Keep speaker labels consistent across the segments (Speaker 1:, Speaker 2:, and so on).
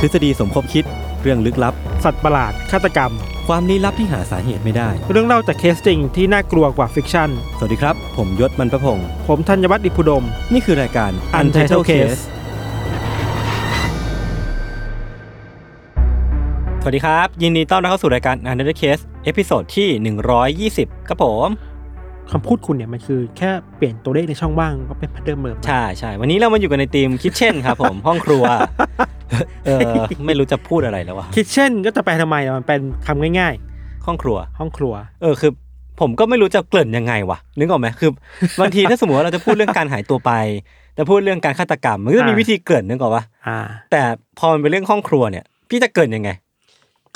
Speaker 1: ทฤษฎีสมคบคิด เรื่องลึกลับ
Speaker 2: สัตว์ประหลาด ฆาตกรรม
Speaker 1: ความลี้ลับที่หาสาเหตุไม่ได้
Speaker 2: เรื่องเล่าจากเคสจริงที่น่ากลัวกว่าฟิกชั่น
Speaker 1: สวัสดีครับ ผมยศมันประพงศ์
Speaker 2: ผมธัญวัฒน์อิพุดม
Speaker 1: นี่คือรายการ
Speaker 2: Untitled Case
Speaker 1: สวัสดีครับ ยินดีต้อนรับเข้าสู่รายการ Untitled Case เอพิโซดที่ 120 ครับผม
Speaker 2: คำพูดคุณเนี่ยมันคือแค่เปลี่ยนตัวเลขในช่องว่างก็เป็นพันเดิมเดิม
Speaker 1: ใช่ใช่วันนี้เรามาอยู่กันในทีมคิทเช่นครับผม ห้องครัว เออไม่รู้จะพูดอะไรแล้ววะ
Speaker 2: คิดเช่นก็จะแปลทำไมอะมันเป็นคำง่าย
Speaker 1: ห้องครัว
Speaker 2: ๆ ห้องครัว
Speaker 1: เออคือผมก็ไม่รู้จะเกริ่นยังไงวะนึกออกไหมคือบางทีถ้าสมมติว่าเราจะพูดเรื่องการหายตัวไปจะพูดเรื่องการฆาตกรรมมันก็จะมี
Speaker 2: อ่า
Speaker 1: วิธีเกริ่นนึกออกปะ
Speaker 2: อ่า
Speaker 1: แต่พอมันเป็นเรื่องห้องครัวเนี่ย พี่จะเกริ่นยังไง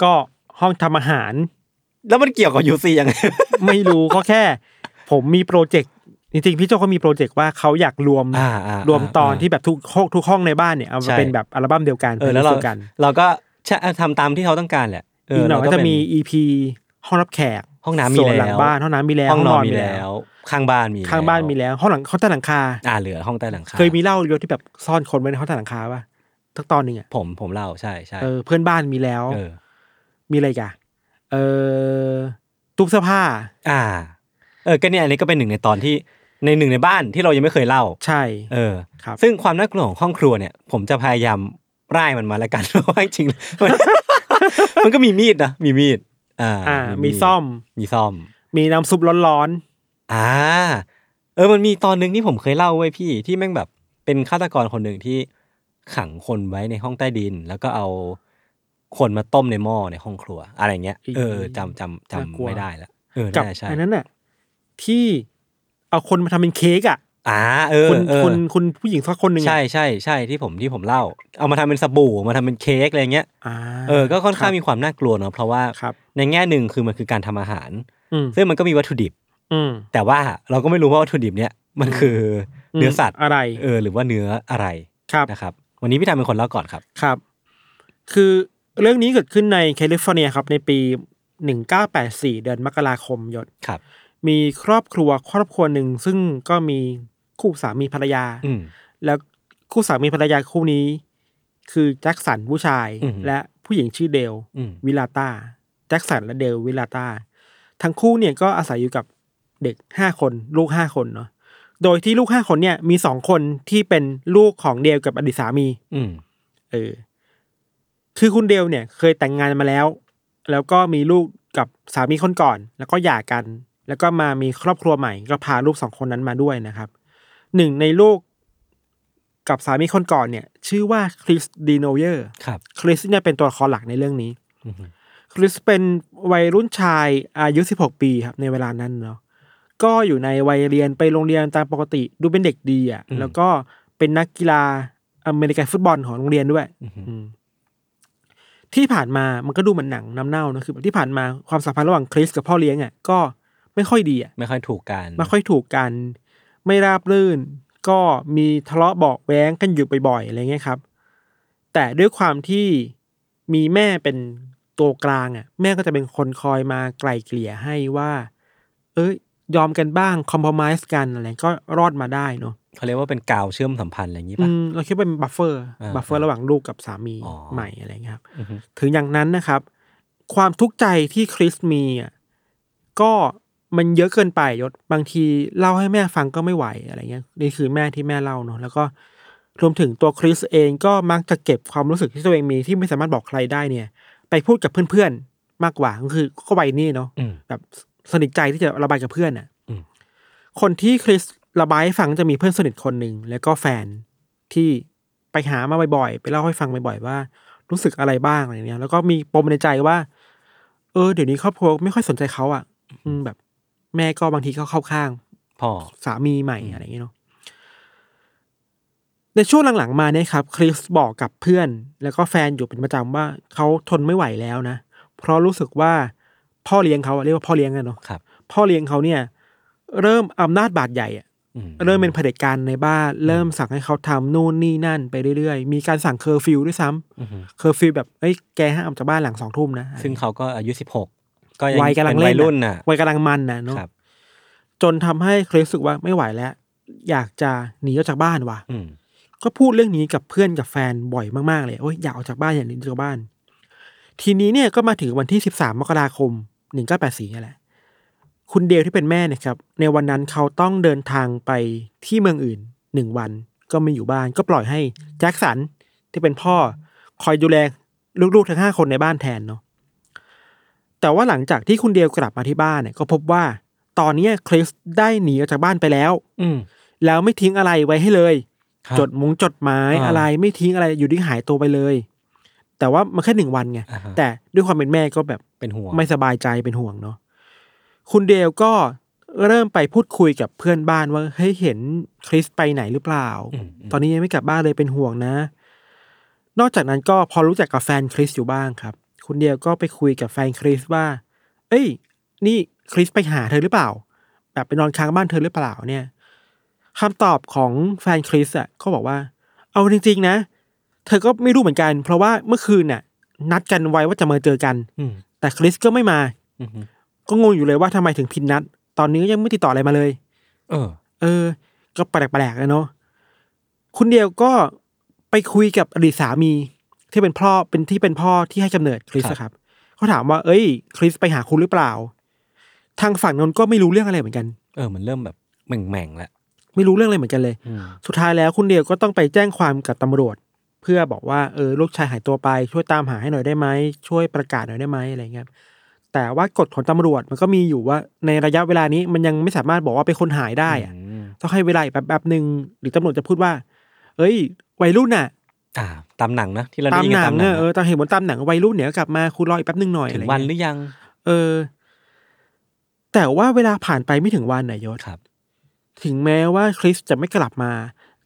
Speaker 2: ก็ห้องทำอาหาร
Speaker 1: แล้วมันเกี่ยวกับยูซียังไง
Speaker 2: ไม่รู้ก็แค่ ผมมีโปรเจกต์จริงๆพี่โจเขามีโปรเจกต์ว่าเขาอยากรวม
Speaker 1: อ่าอ่าอ่าร
Speaker 2: วมตอน
Speaker 1: อ่า
Speaker 2: ที่แบบทุกห้องทุกห้องในบ้านเนี่ยเอา
Speaker 1: ใช่
Speaker 2: มาเป็นแบบอัลบั้มเดียวกัน
Speaker 1: เออแล้วเรา
Speaker 2: ป็นหนังสือกัน
Speaker 1: เราก็ใช่ทำตามที่เขาต้องการแหละเ
Speaker 2: อีกหน่อย
Speaker 1: เรา
Speaker 2: ก็จะ
Speaker 1: เป็น
Speaker 2: มี EP ห้องรับแขก
Speaker 1: ห้องน้ำมี
Speaker 2: โซ
Speaker 1: แล้ว
Speaker 2: หลังบ้านห้องน้ำมีแล้ว
Speaker 1: ห้องนอนมีแล้ว ข้างบ้านมี
Speaker 2: ข้างบ้านมีแล้ว ห้องหลังเขาใต้หลังคา
Speaker 1: อ่าเหลือห้องใต้หลังคา
Speaker 2: เคยมีเล่ายศที่แบบซ่อนคนไว้ในห้องใต้หลังคาป่ะทักตอนหนึ่งอ่ะ
Speaker 1: ผมผมเล่าใช่ใช่
Speaker 2: เออเพื่อนบ้านมีแล้ว
Speaker 1: เออ
Speaker 2: มีอะไรอีกอ่ะเออตู้เสื้อผ้า
Speaker 1: อ่า เออก็เนี่ยอันนี้ก็เป็นหนึ่งในตอนที่ในหนึ่งในบ้านที่เรายังไม่เคยเล่า
Speaker 2: ใช่
Speaker 1: เออ
Speaker 2: ครับ
Speaker 1: ซึ่งความน่ากลัวของห้องครัวเนี่ย ผมจะพยายามร่ายมันมาแล้วกัน เพราะว่าจริงๆมัน มันก็มีมีดนะมีมีด อ่า
Speaker 2: อ่า มี
Speaker 1: ด
Speaker 2: ซ่อม
Speaker 1: มีซ่อม
Speaker 2: มีน้ำซุปร้อน
Speaker 1: อ่า เออมันมีตอนหนึงที่ผมเคยเล่าไว้ยพี่ที่แม่งแบบเป็นฆาตกรคนหนึ่งที่ขังคนไว้ในห้องใต้ดิน แล้วก็เอาคนมาต้มในหม้อในห้องครัว อะไรเงี้ยเออจำจำจำไม่ได้ละเออ
Speaker 2: ๆกับ
Speaker 1: น่าใช่
Speaker 2: อันนั้นอ่ะที่เอาคนมาทำเป็นเค้กอ่ะ
Speaker 1: อ่าเออ
Speaker 2: คุณ
Speaker 1: เออ
Speaker 2: คุณคุณผู้หญิงสักคนหนึ่งอะ
Speaker 1: ใช่ใช่ใช่ที่ผมที่ผมเล่า เอามาทำเป็นสบู่มาทำเป็นเค้กอะไรเงี้ย
Speaker 2: อ่า
Speaker 1: เออก็ค่อนข้างมีความน่ากลัวเนาะเพราะว่า
Speaker 2: ครับ
Speaker 1: ในแง่หนึ่งคือมันคือการทำอาหาร
Speaker 2: อืม
Speaker 1: ซึ่งมันก็มีวัตถุดิบ
Speaker 2: อืม
Speaker 1: แต่ว่าเราก็ไม่รู้ว่าวัตถุดิบเนี้ยมันคืออเนื้อสัตว์
Speaker 2: อะไร
Speaker 1: เออหรือว่าเนื้ออะไร
Speaker 2: ครับ
Speaker 1: นะครับ วันนี้พี่ทำเป็นคนเล่าก่อนครับ
Speaker 2: ครับ คือเรื่องนี้เกิดขึ้นในแคลิฟอร์เนียครับ ในปี 1984 เดือนมกราคมยศ
Speaker 1: ครับ
Speaker 2: มีครอบครัวครอบครัวหนึ่งซึ่งก็มีคู่สามีภรรยา
Speaker 1: อืม
Speaker 2: แล้วคู่สามีภรรยาคู่นี้ คือแจ็คสันผู้ชาย
Speaker 1: อือหือ
Speaker 2: และผู้หญิงชื่อเดล
Speaker 1: อืม
Speaker 2: วิลาตาแจ็คสันและเดลวิลาตาทั้งคู่เนี่ยก็อาศัยอยู่กับเด็กห้าคนลูกห้าคนเนาะโดยที่ลูกห้าคนเนี่ยมีสองคนที่เป็นลูกของเดลกับอดีตสามี
Speaker 1: อืม
Speaker 2: เออ คือคุณเดลเนี่ยเคยแต่งงานมาแล้ว แล้วก็มีลูกกับสามีคนก่อน แล้วก็หย่ากัน แล้วก็มามีครอบครัวใหม่ ก็พาลูกสองคนนั้นมาด้วยนะครับ หนึ่งในลูกกับสามีคนก่อนเนี่ย ชื่อว่าคริสดีโนเยอร์
Speaker 1: ครับ
Speaker 2: คริสเนี่ยเป็นตัวละครหลักในเรื่องนี้
Speaker 1: อืม
Speaker 2: คริสเป็นวัยรุ่นชายอายุ 16 ปีครับในเวลานั้นเนาะ ก็อยู่ในวัยเรียนไปโรงเรียนตามปกติ ดูเป็นเด็กดีอะ่ะ แล้วก็เป็นนักกีฬาอเมริกันฟุตบอลของโรงเรียนด้วย
Speaker 1: อืม
Speaker 2: อืมที่ผ่านมามันก็ดูเหมือนหนังน้ำเน่านะคือแบบที่ผ่านมาความสัมพันธ์ระหว่างคริสกับพ่อเลี้ยงอ่ะก็ไม่ค่อยดีอ่ะ
Speaker 1: ไม่ค่อยถูกกัน
Speaker 2: ไม่ค่อยถูกกัน ไม่ราบรื่น ก็มีทะเลาะเบาะแว้งกันอยู่บ่อยๆอะไรเงี้ยครับ แต่ด้วยความที่มีแม่เป็นตัวกลางอ่ะ แม่ก็จะเป็นคนคอยมาไกล่เกลี่ยให้ว่า เอ้ยยอมกันบ้างคอม p r o ม i s e กันอะไรก็รอดมาได้เนาะ
Speaker 1: เขาเรียกว่าเป็นกาวเชื่อมสัมพันธ์อะไรอย่างนี้
Speaker 2: อื
Speaker 1: ป่ะ
Speaker 2: มเราคิดว่าเป็นบัฟเฟอร์
Speaker 1: อ่า
Speaker 2: บัฟเฟอร์ระหว่างลูกกับสามี
Speaker 1: อ๋อ
Speaker 2: ใหม่อะไรเงี้ยครับ
Speaker 1: อืม
Speaker 2: ถึงอย่างนั้นนะครับ ความทุกข์ใจที่คริสมีอ่ะก็มันเยอะเกินไปยศบางทีเล่าให้แม่ฟังก็ไม่ไหวอะไรเงี้ยนี่คือแม่ที่แม่เล่าเนอะแล้วก็ รวมถึงตัวคริสเองก็มักจะเก็บความรู้สึกที่ตัวเองมีที่ไม่สามารถบอกใครได้เนี่ย ไปพูดกับเพื่อนๆมากกว่าก็คือก็วัยนี่เนาะ
Speaker 1: อืม
Speaker 2: แบบสนิทใจที่จะระบายกับเพื่อนอ่ะ
Speaker 1: อืม
Speaker 2: คนที่คริสระบายให้ฟังจะมีเพื่อนสนิทคนหนึ่งแล้วก็แฟนที่ไปหามาบ่อยๆไปเล่าให้ฟังบ่อยๆว่า รู้สึกอะไรบ้างอะไรเนี้ยแล้วก็มีปมในใจว่า เออเดี๋ยวนี้ครอบครัวไม่ค่อยสนใจเขาอ่ะ อืมแบบ แม่ก็บางทีก็เข้าข้าง
Speaker 1: พอ
Speaker 2: สามีใหม่อะไรอย่างเงี้ยเนาะ ในช่วงหลังๆมาเนี่ยครับ คริสบอกกับเพื่อน แล้วก็แฟนอยู่เป็นประจำว่าเขาทนไม่ไหวแล้วนะ เพราะรู้สึกว่าพ่อเลี้ยงเขาอะเรียกว่าพ่อเลี้ยงกันเนาะ
Speaker 1: ครับ
Speaker 2: พ่อเลี้ยงเขาเนี่ย เริ่มอำนาจบาดใหญ่อะ
Speaker 1: อืม
Speaker 2: เริ่มเป็นเผด็จการในบ้าน เริ่มสั่งให้เขาทำนู่นนี่นั่นไปเรื่อยๆ มีการสั่งเคอร์ฟิวด้วยซ้ำ
Speaker 1: อือหือ
Speaker 2: เคอร์ฟิวแบบเอ้ยแกห้ามออกจากบ้านหลังสองทุ่มนะ
Speaker 1: ซึ่งเขาก็อายุสิบหกก็ยัง
Speaker 2: วัยกำลัง
Speaker 1: เป็นวัน ย
Speaker 2: เล่อะ
Speaker 1: รุ่นน่ะ
Speaker 2: วัยกำลังมันนะเนาะ
Speaker 1: ครับ
Speaker 2: จนทำให้เครสรู้สึกว่าไม่ไหวแล้ว อยากจะหนีออกจากบ้านว่ะ
Speaker 1: อืม
Speaker 2: ก็พูดเรื่องนี้กับเพื่อนกับแฟนบ่อยมากๆเลยโอ้ยอยากออกจากบ้านอยากหนีออกจากบ้าน ทีนี้เนี่ยก็มาถึงวันที่ 13 มกราคม 1984นี่แหละ คุณเดลที่เป็นแม่เนะครับ ในวันนั้นเขาต้องเดินทางไปที่เมืองอื่นหนึ่งวัน ก็ไม่อยู่บ้าน ก็ปล่อยให้แจ็คสันที่เป็นพ่อ คอยดูแลลูกๆทั้งห้าคนในบ้านแทนเนาะ แต่ว่าหลังจากที่คุณเดลกลับมาที่บ้านเนี่ยก็พบว่า ตอนเนี้ยคริสได้หนีออกจากบ้านไปแล้ว
Speaker 1: อืม
Speaker 2: แล้วไม่ทิ้งอะไรไว้ให้เลย
Speaker 1: ครับ
Speaker 2: จดมงจดหมาย
Speaker 1: อ่า
Speaker 2: อะไรไม่ทิ้งอะไรอยู่ดีหายตัวไปเลย แต่ว่ามันแค่หนึ่งวันไง
Speaker 1: อ่าฮะ
Speaker 2: แต่ด้วยความเป็นแม่ก็แบบ
Speaker 1: เป็นห่วง
Speaker 2: ไม่สบายใจเป็นห่วงเนาะคุณเดลก็เริ่มไปพูดคุยกับเพื่อนบ้านว่าเฮ้ยเห็นคริสไปไหนหรือเปล่า
Speaker 1: มม
Speaker 2: ตอนนี้ยังไม่กลับบ้านเลยเป็นห่วงนะ นอกจากนั้นก็พอรู้จักกับแฟนคริสอยู่บ้างครับ คุณเดียวก็ไปคุยกับแฟนคริสว่า เอ้ย นี่คริสไปหาเธอหรือเปล่า แบบไปนอนค้างบ้านเธอหรือเปล่าเนี่ยคำตอบของแฟนคริสอ่ะเขาบอกว่า เอาจริงๆนะ เธอก็ไม่รู้เหมือนกัน เพราะว่าเมื่อคืนน่ะ นัดกันไว้ว่าจะมาเจอกัน
Speaker 1: อืม
Speaker 2: แต่คริสก็ไม่มา
Speaker 1: อืม
Speaker 2: ก็งงอยู่เลยว่าทำไมถึงผิดนัด ตอนนี้ก็ยังไม่ติดต่ออะไรมาเลย
Speaker 1: เออ
Speaker 2: เออ ก็แปลกๆนะเนาะ คุณเดียวก็ไปคุยกับอดีตสามีที่เป็นพ่อเป็นที่เป็นพ่อที่ให้กำเนิดคริส
Speaker 1: ครับ
Speaker 2: อะครับเขาถามว่า เอ้ย คริสไปหาคุณหรือเปล่า ทางฝั่งนนท์ก็ไม่รู้เรื่องอะไรเหมือนกัน
Speaker 1: เออ มันเริ่มแบบแหม่งแม่งๆแล้ว
Speaker 2: ไม่รู้เรื่องอะไรเหมือนกันเลย
Speaker 1: อืม
Speaker 2: สุดท้ายแล้วคุณเดียวก็ต้องไปแจ้งความกับตำรวจ เพื่อบอกว่าเออลูกชายหายตัวไป ช่วยตามหาให้หน่อยได้ไหมช่วยประกาศหน่อยได้ไหมอะไรเงี้ยแต่ว่ากฎของตำรวจมันก็มีอยู่ว่า ในระยะเวลานี้มันยังไม่สามารถบอกว่าเป็นคนหายได้อะ
Speaker 1: อืม
Speaker 2: ต้องให้เวลาอีกแป๊บแป๊บหนึ่งหรือตำรวจจะพูดว่า เอ้ย วัยรุ่นน่ะ
Speaker 1: อ่า ตามหนังนะที่เรา
Speaker 2: ตาม
Speaker 1: ได้ยิน
Speaker 2: ห
Speaker 1: กัน
Speaker 2: นัง
Speaker 1: ตามหนัง
Speaker 2: เนอะเออตามเห็นบนตามหนังวัยรุ่นเนี่ยก็กลับมาคุณรออีกแป๊บหนึ่งหน่อย
Speaker 1: ถึ
Speaker 2: อะไร
Speaker 1: งวันห
Speaker 2: เงี้ย
Speaker 1: รือยัง
Speaker 2: เออ แต่ว่าเวลาผ่านไปไม่ถึงวันน่ะยศ
Speaker 1: ครับ
Speaker 2: ถึงแม้ว่าคริสจะไม่กลับมา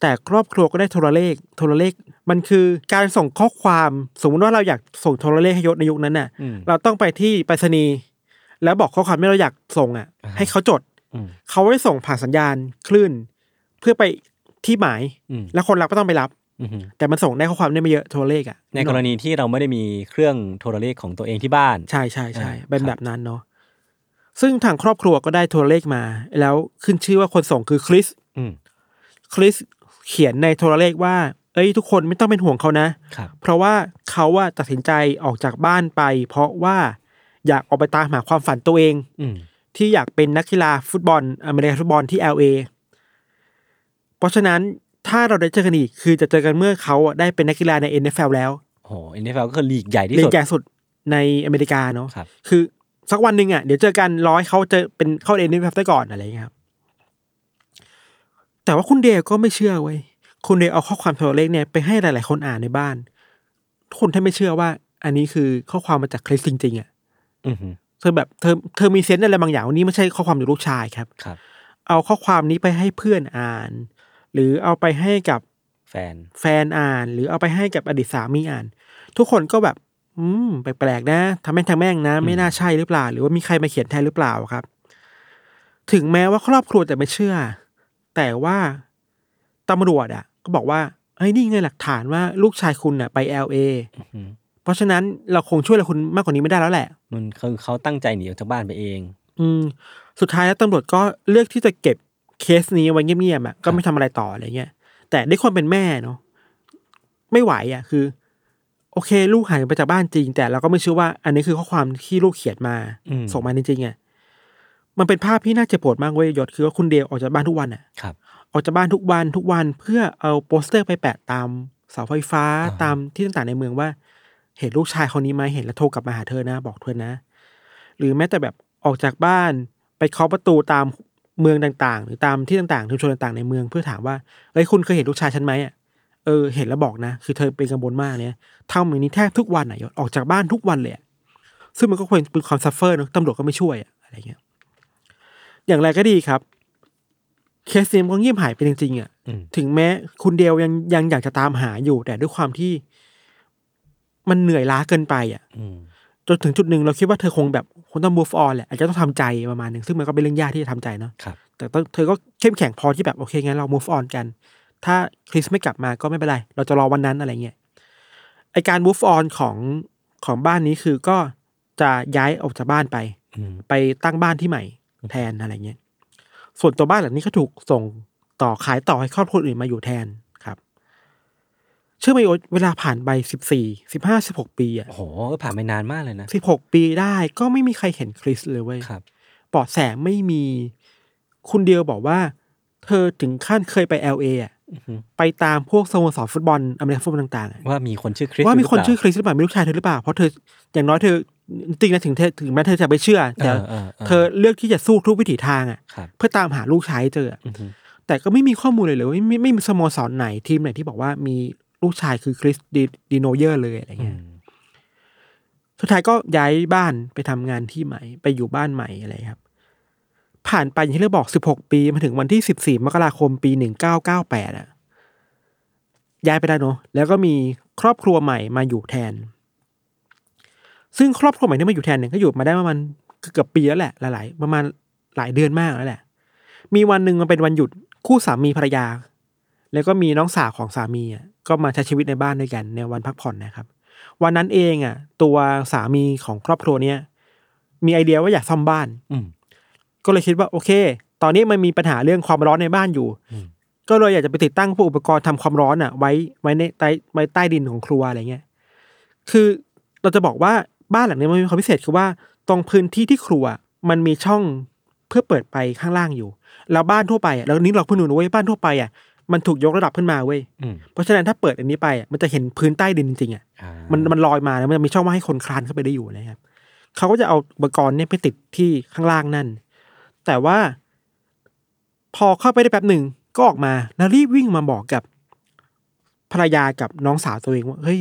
Speaker 2: แต่ครอบครัวก็ได้โทรเลข โทรเลข มันคือการส่งข้อความสมมติว่าเราอยากส่งโทรเลขให้ยศในยุคนั้นน่ะ
Speaker 1: อืม
Speaker 2: เราต้องไปที่ไปรษณีย์แล้วบอกข้อความที่เราอยากส่งอ่ะ
Speaker 1: อ่าฮะ
Speaker 2: ให้เขาจด
Speaker 1: อืม
Speaker 2: เขาได้ส่งผ่านสัญญาณคลื่น เพื่อไปที่หมาย
Speaker 1: อืม
Speaker 2: แล้วคนรับก็ต้องไปรับ
Speaker 1: อืม
Speaker 2: แต่มันส่งได้ข้อความได้ไม่เยอะโทรเลขอ่ะ
Speaker 1: ในกรณีที่เราไม่ได้มีเครื่องโทรเลขของตัวเองที่บ้าน
Speaker 2: ใช่ใช่ใช่
Speaker 1: อ่า
Speaker 2: เป็นแบบนั้นเนาะซึ่งทางครอบครัวก็ได้โทรเลขมา แล้วขึ้นชื่อว่าคนส่งคือคริส
Speaker 1: อืม
Speaker 2: คริสเขียนในโทรเลขว่า เอ้ยทุกคนไม่ต้องเป็นห่วงเขานะ
Speaker 1: ครับ
Speaker 2: เพราะว่าเขาอะตัดสินใจออกจากบ้านไป เพราะว่าอยากออกไปตามหาความฝันตัวเอง
Speaker 1: อืม
Speaker 2: ที่อยากเป็นนักกีฬาฟุตบอลอเมริกันฟุตบอลที่ LA เพราะฉะนั้นถ้าเราได้เจอกันอีกคือจะเจอกันเมื่อเขาอะได้เป็นนักกีฬาใน NFL แล้ว
Speaker 1: โหเอ็นเอฟก็คือลีกใหญ่ที่
Speaker 2: ลี
Speaker 1: สุ
Speaker 2: ก
Speaker 1: ด
Speaker 2: ใหญ่สุดในอเมริกาเนาะ
Speaker 1: ครับ
Speaker 2: คือสักวันหนึ่งอ่ะเดี๋ยวเจอกันร้อยเขาเจอเป็นเข้าเอ็นเอฟได้ก่อนอะไรอย่างเงี้ยครับแต่ว่าคุณเดลก็ไม่เชื่อเว้ยคุณเดลเอาข้อความโทรเลขเนี่ยไปให้หลาย ๆ คนอ่านในบ้านทุกคนแทบไม่เชื่อว่า อันนี้คือข้อความมาจากคริสจริงๆอ่ะ
Speaker 1: อืมฮึ
Speaker 2: เธอแบบเธอเธอมีเซนส์อะไรบางอย่างว่านี่ไม่ใช่ข้อความจากลูกชายครับ
Speaker 1: ครับ
Speaker 2: เอาข้อความนี้ไปให้เพื่อนอ่าน หรือเอาไปให้กับ
Speaker 1: แฟน
Speaker 2: แฟนอ่าน หรือเอาไปให้กับอดีตสามีอ่าน ทุกคนก็แบบ อืมแปลกๆนะทำแม่งทางแม่งนะ ไม่น่าใช่หรือเปล่า หรือว่ามีใครมาเขียนแทนหรือเปล่าครับ ถึงแม้ว่าครอบครัวจะไม่เชื่อ แต่ว่าตำรวจอ่ะ ก็บอกว่าเฮ้ยนี่ไงหลักฐานว่าลูกชายคุณน่ะไปเอลเอ
Speaker 1: อืม
Speaker 2: เพราะฉะนั้นเราคงช่วยอะไรคุณมากกว่านี้ไม่ได้แล้วแหละ
Speaker 1: มันคือเขาตั้งใจหนีออกจากบ้านไปเอง
Speaker 2: อืมสุดท้ายแล้วตำรวจก็เลือกที่จะเก็บเคสนี้ไว้เงียบๆอ่ะก็ไม่ทำอะไรต่ออะไรเงี้ย แต่ด้วยความเป็นแม่เนาะไม่ไหวอ่ะคือ โอเค ลูกหายไปจากบ้านจริง แต่เราก็ไม่เชื่อว่า อันนี้คือข้อความที่ลูกเขียนมา
Speaker 1: อืม
Speaker 2: ส่งมาจริงๆอ่ะมันเป็นภาพที่น่าเจ็บปวดมากเว้ยยศคือว่าคุณเดลออกจากบ้านทุกวันอ่ะ
Speaker 1: ครับ
Speaker 2: ออกจากบ้านทุกวันทุกวันเพื่อเอาโปสเตอร์ไปแปะตามเสาไฟฟ้า
Speaker 1: อ่า
Speaker 2: ตามที่ต่างๆในเมืองว่า เห็นลูกชายคนนี้ไหมเห็นแล้วโทรกลับมาหาเธอนะ บอกเธอนะ หรือแม้แต่แบบออกจากบ้านไปเคาะประตูตามเมืองต่างๆ หรือตามที่ต่างๆชุมชนต่างๆในเมืองเพื่อถามว่าเอ้ยคุณเคยเห็นลูกชายฉันไหมอ่ะเออเห็นแล้วบอกนะ คือเธอเป็นกังวลมากเนี่ยทำอย่างนี้แทบทุกวันอ่ะยศออกจากบ้านทุกวันเลยอะซึ่งมันก็ควรเป็นความซัฟเฟอร์เนอะตำรวจก็ไม่ช่วยอะอะไรเงี้ย อย่างไรก็ดีครับ เคสนี้มันก็เงียบหายไปจริงๆอ่ะ
Speaker 1: อืม
Speaker 2: ถึงแม้คุณเดียวยังยังอยากจะตามหาอยู่ แต่ด้วยความที่ มันเหนื่อยล้าเกินไปอ่ะ
Speaker 1: อืม
Speaker 2: จนถึงจุดหนึ่งเราคิดว่าเธอคงแบบคงต้อง move on แหละอาจจะต้องทำใจประมาณหนึ่งซึ่งมันก็เป็นเรื่องยากที่จะทำใจเนาะ
Speaker 1: ครับ
Speaker 2: แต่ต้องเธอก็เข้มแข็งพอที่แบบโอเคงั้นเรา move on กัน ถ้าคริสไม่กลับมาก็ไม่เป็นไร เราจะรอวันนั้นอะไรเงี้ยไอการ move on ของของบ้านนี้คือก็จะย้ายออกจากบ้านไป
Speaker 1: อืม
Speaker 2: ไปตั้งบ้านที่ใหม่แทนอะไรเงี้ย ส่วนตัวบ้านหลังนี้ก็ถูกส่งต่อขายต่อให้ครอบครัวอื่นมาอยู่แทนครับ เชื่อไหมโอ๊ตเวลาผ่านไปสิบสี่สิบห้าสิบหกปีอะ
Speaker 1: โอ้โหเออผ่านไปนานมากเลยนะ
Speaker 2: สิบหกปีได้ก็ไม่มีใครเห็นคริสเลยเว้ย
Speaker 1: ครับ
Speaker 2: เปอดแสไม่มี คุณเดียวบอกว่า เธอถึงขั้นเคยไปเอลเอะ
Speaker 1: อือฮึ
Speaker 2: ไปตามพวกสโมสรฟุตบอลอเมริกันฟุตบอลต่างๆอะ
Speaker 1: ว่ามีคนชื่อคริส
Speaker 2: ว่ามี
Speaker 1: ยู่หรื
Speaker 2: คนชื่อ
Speaker 1: เป
Speaker 2: คริสหรือเปล่ามีลูกชายเธอหรือเปล่า เพราะเธออย่างน้อยเธอจริงๆนะถึงเธอถึงแม้เธอจะไม่เชื่อ แต่
Speaker 1: ล่าเออเออ
Speaker 2: เธอเลือกที่จะสู้ทุกวิถีทางอ่ะ
Speaker 1: ครับ
Speaker 2: เพื่อตามหาลูกชายให้เจออะ
Speaker 1: อือฮึ
Speaker 2: แต่ก็ไม่มีข้อมูลเลยเลยเว้ยไม่ไม่มีสโมสรไหนทีมไหนที่บอกว่ามีลูกชายคือคริสดีดีโนเยอร์เลยอะไร
Speaker 1: อื
Speaker 2: เงี้ย
Speaker 1: ม
Speaker 2: สุดท้ายก็ย้ายบ้านไปทำงานที่ใหม่ ไปอยู่บ้านใหม่อะไรครับ ผ่านไปอย่างที่เราบอก 16 ปีมาถึงวันที่ 14 มกราคมปี 1998อะย้ายไปได้เนอะแล้วก็มีครอบครัวใหม่มาอยู่แทน ซึ่งครอบครัวใหม่ที่มาอยู่แทนเนี่ยก็อยู่มาได้ประมาณเกือบปีแล้วแหละ หลายๆประมาณหลายเดือนมากแล้วแหละ มีวันหนึ่งมันเป็นวันหยุดคู่สามีภรรยา แล้วก็มีน้องสาวของสามีอะก็มาใช้ชีวิตในบ้านด้วยกันในวันพักผ่อนนะครับ วันนั้นเองอ่ะ ตัวสามีของครอบครัวเนี้ยมีไอเดียว่าอยากซ่อมบ้าน
Speaker 1: อืม
Speaker 2: ก็เลยคิดว่าโอเค ตอนนี้มันมีปัญหาเรื่องความร้อนในบ้านอยู่
Speaker 1: อืม
Speaker 2: ก็เลยอยากจะไปติดตั้งพวกอุปกรณ์ทำความร้อนอ่ะ ไว้ไว้ในใต้ไว้ใต้ดินของครัวอะไรเงี้ย คือเราจะบอกว่าบ้านหลังนี้มันมีความพิเศษคือว่าตรงพื้นที่ที่ครัวมันมีช่องเพื่อเปิดไปข้างล่างอยู่ แล้วบ้านทั่วไปอ่ะแล้วนี่เราเพิ่งรู้นะเว้ยบ้านทั่วไปอ่ะมันถูกยกระดับขึ้นมาเว้ย
Speaker 1: อืม
Speaker 2: เพราะฉะนั้นถ้าเปิดอันนี้ไปอ่ะมันจะเห็นพื้นใต้ดินจริงๆอ่ะ
Speaker 1: อ่า
Speaker 2: มันมันลอยมาแล้วมันจะมีช่องว่างให้คนคลานเข้าไปได้อยู่นะครับเขาก็จะเอาอุปกรณ์เนี่ยไปติดที่ข้างล่างนั่น แต่ว่า พอเข้าไปได้แป๊บหนึ่งก็ออกมาแล้วรีบวิ่งมาบอกกับภรรยากับน้องสาวตัวเองว่าเฮ้ย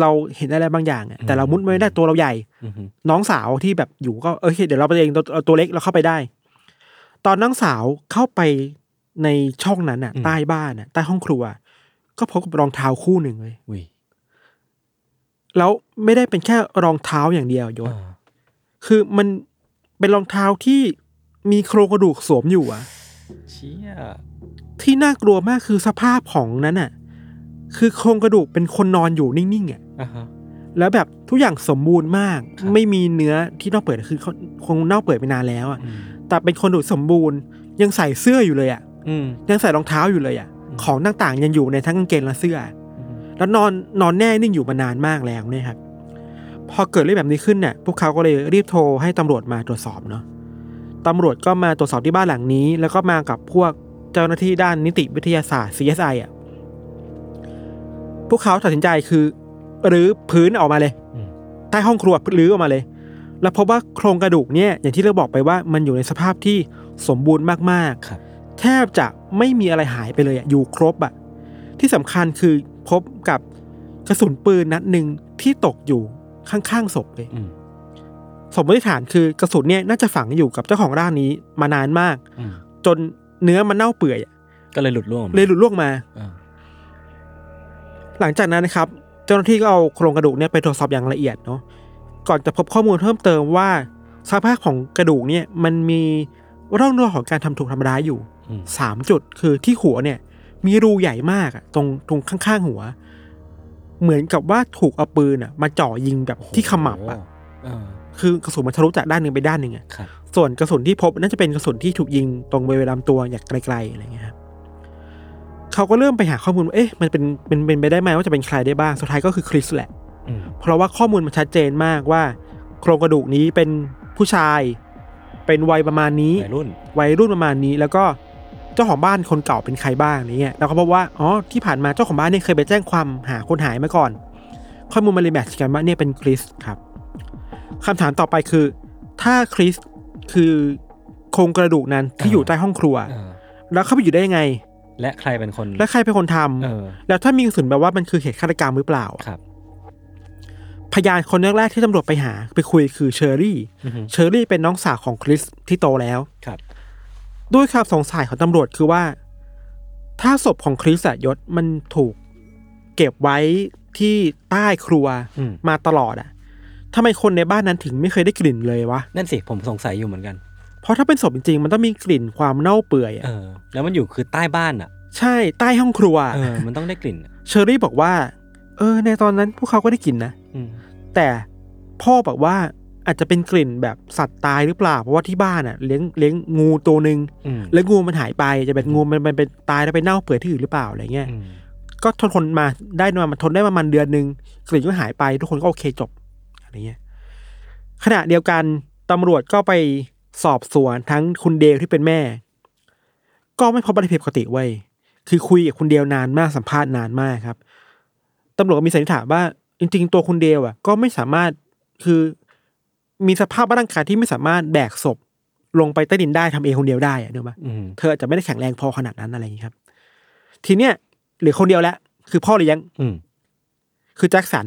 Speaker 2: เราเห็นอะไรบางอย่างอะแต่เรามุดไม่ได้ตัวเราใหญ่
Speaker 1: อือฮึ
Speaker 2: น้องสาวที่แบบอยู่ก็เออเดี๋ยวเราไปเองตัวตัวเล็กเราเข้าไปได้ ตอนน้องสาวเข้าไปในช่องนั้นน่ะ ใต้บ้านน่ะใต้ห้องครัว ก็พบกับรองเท้าคู่หนึ่งเลย
Speaker 1: อุ้ย
Speaker 2: แล้วไม่ได้เป็นแค่รองเท้าอย่างเดียวยศ
Speaker 1: อ่า
Speaker 2: คือมันเป็นรองเท้าที่มีโครงกระดูกสวมอยู่อะ
Speaker 1: เชี่ย
Speaker 2: ที่น่ากลัวมากคือสภาพของนั้นอะคือโครงกระดูกเป็นคนนอนอยู่นิ่งๆอะ
Speaker 1: อ่าฮะ
Speaker 2: แล้วแบบทุกอย่างสมบูรณ์มาก
Speaker 1: ครับ
Speaker 2: ไม่มีเนื้อที่เน่าเปื่อยคือเขาคงเน่าเปื่อยไปนานแล้วอะ
Speaker 1: อืม
Speaker 2: แต่เป็นคนดูสมบูรณ์ ยังใส่เสื้ออยู่เลยอะ
Speaker 1: อืม
Speaker 2: ยังใส่รองเท้าอยู่เลยอะ
Speaker 1: อืม
Speaker 2: ของต่างๆยังอยู่ในทั้งกางเกงและเสื้อ
Speaker 1: อืม
Speaker 2: แล้วนอนนอนแน่นิ่งอยู่มานานมากแล้วเนี่ยครับ พอเกิดเรื่องแบบนี้ขึ้นเนี่ยพวกเขาก็เลยรีบโทรให้ตำรวจมาตรวจสอบเนาะตำรวจก็มาตรวจสอบที่บ้านหลังนี้ แล้วก็มากับพวกเจ้าหน้าที่ด้านนิติวิทยาศาสตร์ CSI อ่ะพวกเขาตัดสินใจคือหรือพื้นออกมาเลย
Speaker 1: อืม
Speaker 2: ใต้ห้องครัวรื้อออกมาเลย แล้วพบว่าโครงกระดูกเนี่ย อย่างที่เราบอกไปว่ามันอยู่ในสภาพที่สมบูรณ์มากๆ
Speaker 1: ครับ
Speaker 2: แทบจะไม่มีอะไรหายไปเลยอะอยู่ครบอะที่สำคัญคือพบกับกระสุนปืนนัดหนึ่งที่ตกอยู่ข้างๆศพเลย
Speaker 1: อืม
Speaker 2: สมมติฐานคือกระสุนเนี่ยน่าจะฝังอยู่กับเจ้าของร่างนี้มานานมาก
Speaker 1: อืม
Speaker 2: จนเนื้อมันเน่าเปื่อยอะ
Speaker 1: ก็เลยหลุดร่วงออกมา
Speaker 2: เลยหลุดล่วงมา
Speaker 1: อ่า
Speaker 2: หลังจากนั้นนะครับ เจ้าหน้าที่ก็เอาโครงกระดูกเนี่ยไปตรวจสอบอย่างละเอียดเนาะก่อนจะพบข้อมูลเพิ่มเติมว่าสภาพของกระดูกเนี่ยมันมีร่องรอยของการทำถูกทำร้ายอยู่
Speaker 1: อืม
Speaker 2: สามจุดคือที่หัวเนี่ย มีรูใหญ่มากอะตรงตรงข้างๆหัว เหมือนกับว่าถูกเอาปืนอะมาเจ่อยิงแบบ
Speaker 1: โอ้โห
Speaker 2: ที่ขมับอะ
Speaker 1: อ่า
Speaker 2: คือกระสุนมันทะลุจากด้านหนึ่งไปด้านหนึ่งอะ
Speaker 1: ครับ
Speaker 2: ส่วนกระสุนที่พบน่าจะเป็นกระสุนที่ถูกยิงตรงบริเวณลำตัวอย่างไกลๆอะไรเงี้ยครับเขาก็เริ่มไปหาข้อมูลว่าเอ๊ะมันเป็นเป็นเป็นไปได้ไหมว่าจะเป็นใครได้บ้างสุดท้ายก็คือคริสแหละ
Speaker 1: อืม
Speaker 2: เพราะว่าข้อมูลมันชัดเจนมากว่า โครงกระดูกนี้เป็นผู้ชาย เป็นวัยประมาณนี้
Speaker 1: วัยรุ่น
Speaker 2: วัยรุ่นประมาณนี้แล้วก็ เจ้าของบ้านคนเก่าเป็นใครบ้างอะไรเงี้ยเราก็พบว่าอ๋อที่ผ่านมาเจ้าของบ้านเนี่ยเคยไปแจ้งความหาคนหายมาก่อน ข้อมูลมันเลยแมทช์กันว่าเนี่ยเป็นคริสครับคำถามต่อไปคือ ถ้าคริสคือโครงกระดูกนั้นที่อยู่ใต้ห้องครัว
Speaker 1: เออ
Speaker 2: แล้วเข้าไปอยู่ได้ยังไง
Speaker 1: และใครเป็นคน
Speaker 2: และใครเป็นคนทำ
Speaker 1: เออ
Speaker 2: แล้วถ้ามีกระสุนแปลว่ามันคือเหตุฆาตกรรมหรือเปล่า
Speaker 1: ครับ
Speaker 2: พยานคนแรกๆที่ตำรวจไปหาไปคุยคือเชอรี่
Speaker 1: อือฮึ
Speaker 2: เชอรี่เป็นน้องสาวของคริสที่โตแล้ว
Speaker 1: ครับ
Speaker 2: ด้วยความสงสัยของตำรวจคือว่า ถ้าศพของคริสอะยศมันถูกเก็บไว้ที่ใต้ครัว
Speaker 1: อืม
Speaker 2: มาตลอดอะทำไมคนในบ้านนั้นถึงไม่เคยได้กลิ่นเลยวะ
Speaker 1: นั่นสิผมสงสัยอยู่เหมือนกัน
Speaker 2: เพราะถ้าเป็นศพจริงๆ มันต้องมีกลิ่นความเน่าเปื่อยอะ
Speaker 1: เออ แล้วมันอยู่คือใต้บ้านอ่ะ
Speaker 2: ใช่ใต้ห้องครัว
Speaker 1: เออมันต้องได้กลิ่นอะ
Speaker 2: เชอรี่บอกว่า เออ ในตอนนั้นพวกเขาก็ได้กลิ่นนะ
Speaker 1: อืม
Speaker 2: แต่พ่อบอกว่าอาจจะเป็นกลิ่นแบบสัตว์ตายหรือเปล่า เพราะว่าที่บ้านอะเลี้ยงเลี้ยงงูตัวหนึ่ง
Speaker 1: อืม
Speaker 2: แล้วงูมันหายไปจะเป็นงูมันมันเป็นตายแล้วไปเน่าเปื่อยที่อื่นหรือเปล่าอะไรเงี้ย
Speaker 1: อืม
Speaker 2: ก็ทนทนมาได้มามันทนได้ประมาณเดือนหนึ่งกลิ่นก็หายไปทุกคนก็โอเคจบอะไรเงี้ยขณะเดียวกันตำรวจก็ไปสอบสวนทั้งคุณเดวที่เป็นแม่ ก็ไม่พบอะไรผิดปกติเว้ยคือคุยกับคุณเดวนานมากสัมภาษณ์นานมากครับตำรวจก็มีสันนิษฐานว่า จริง ๆ ตัวคุณเดวอ่ะ ก็ไม่สามารถคือมีสภาพร่างกายที่ไม่สามารถแบกศพ ลงไปใต้ดินได้ทำเองคนเดียวได้อะเนกอะ
Speaker 1: อืม
Speaker 2: เธออาจจะไม่ได้แข็งแรงพอขนาดนั้นอะไรอย่างนี้ครับ ทีเนี้ยเหลือคนเดียวแล้ว คือพ่อเลี้ยง
Speaker 1: อืม
Speaker 2: คือแจ็คสัน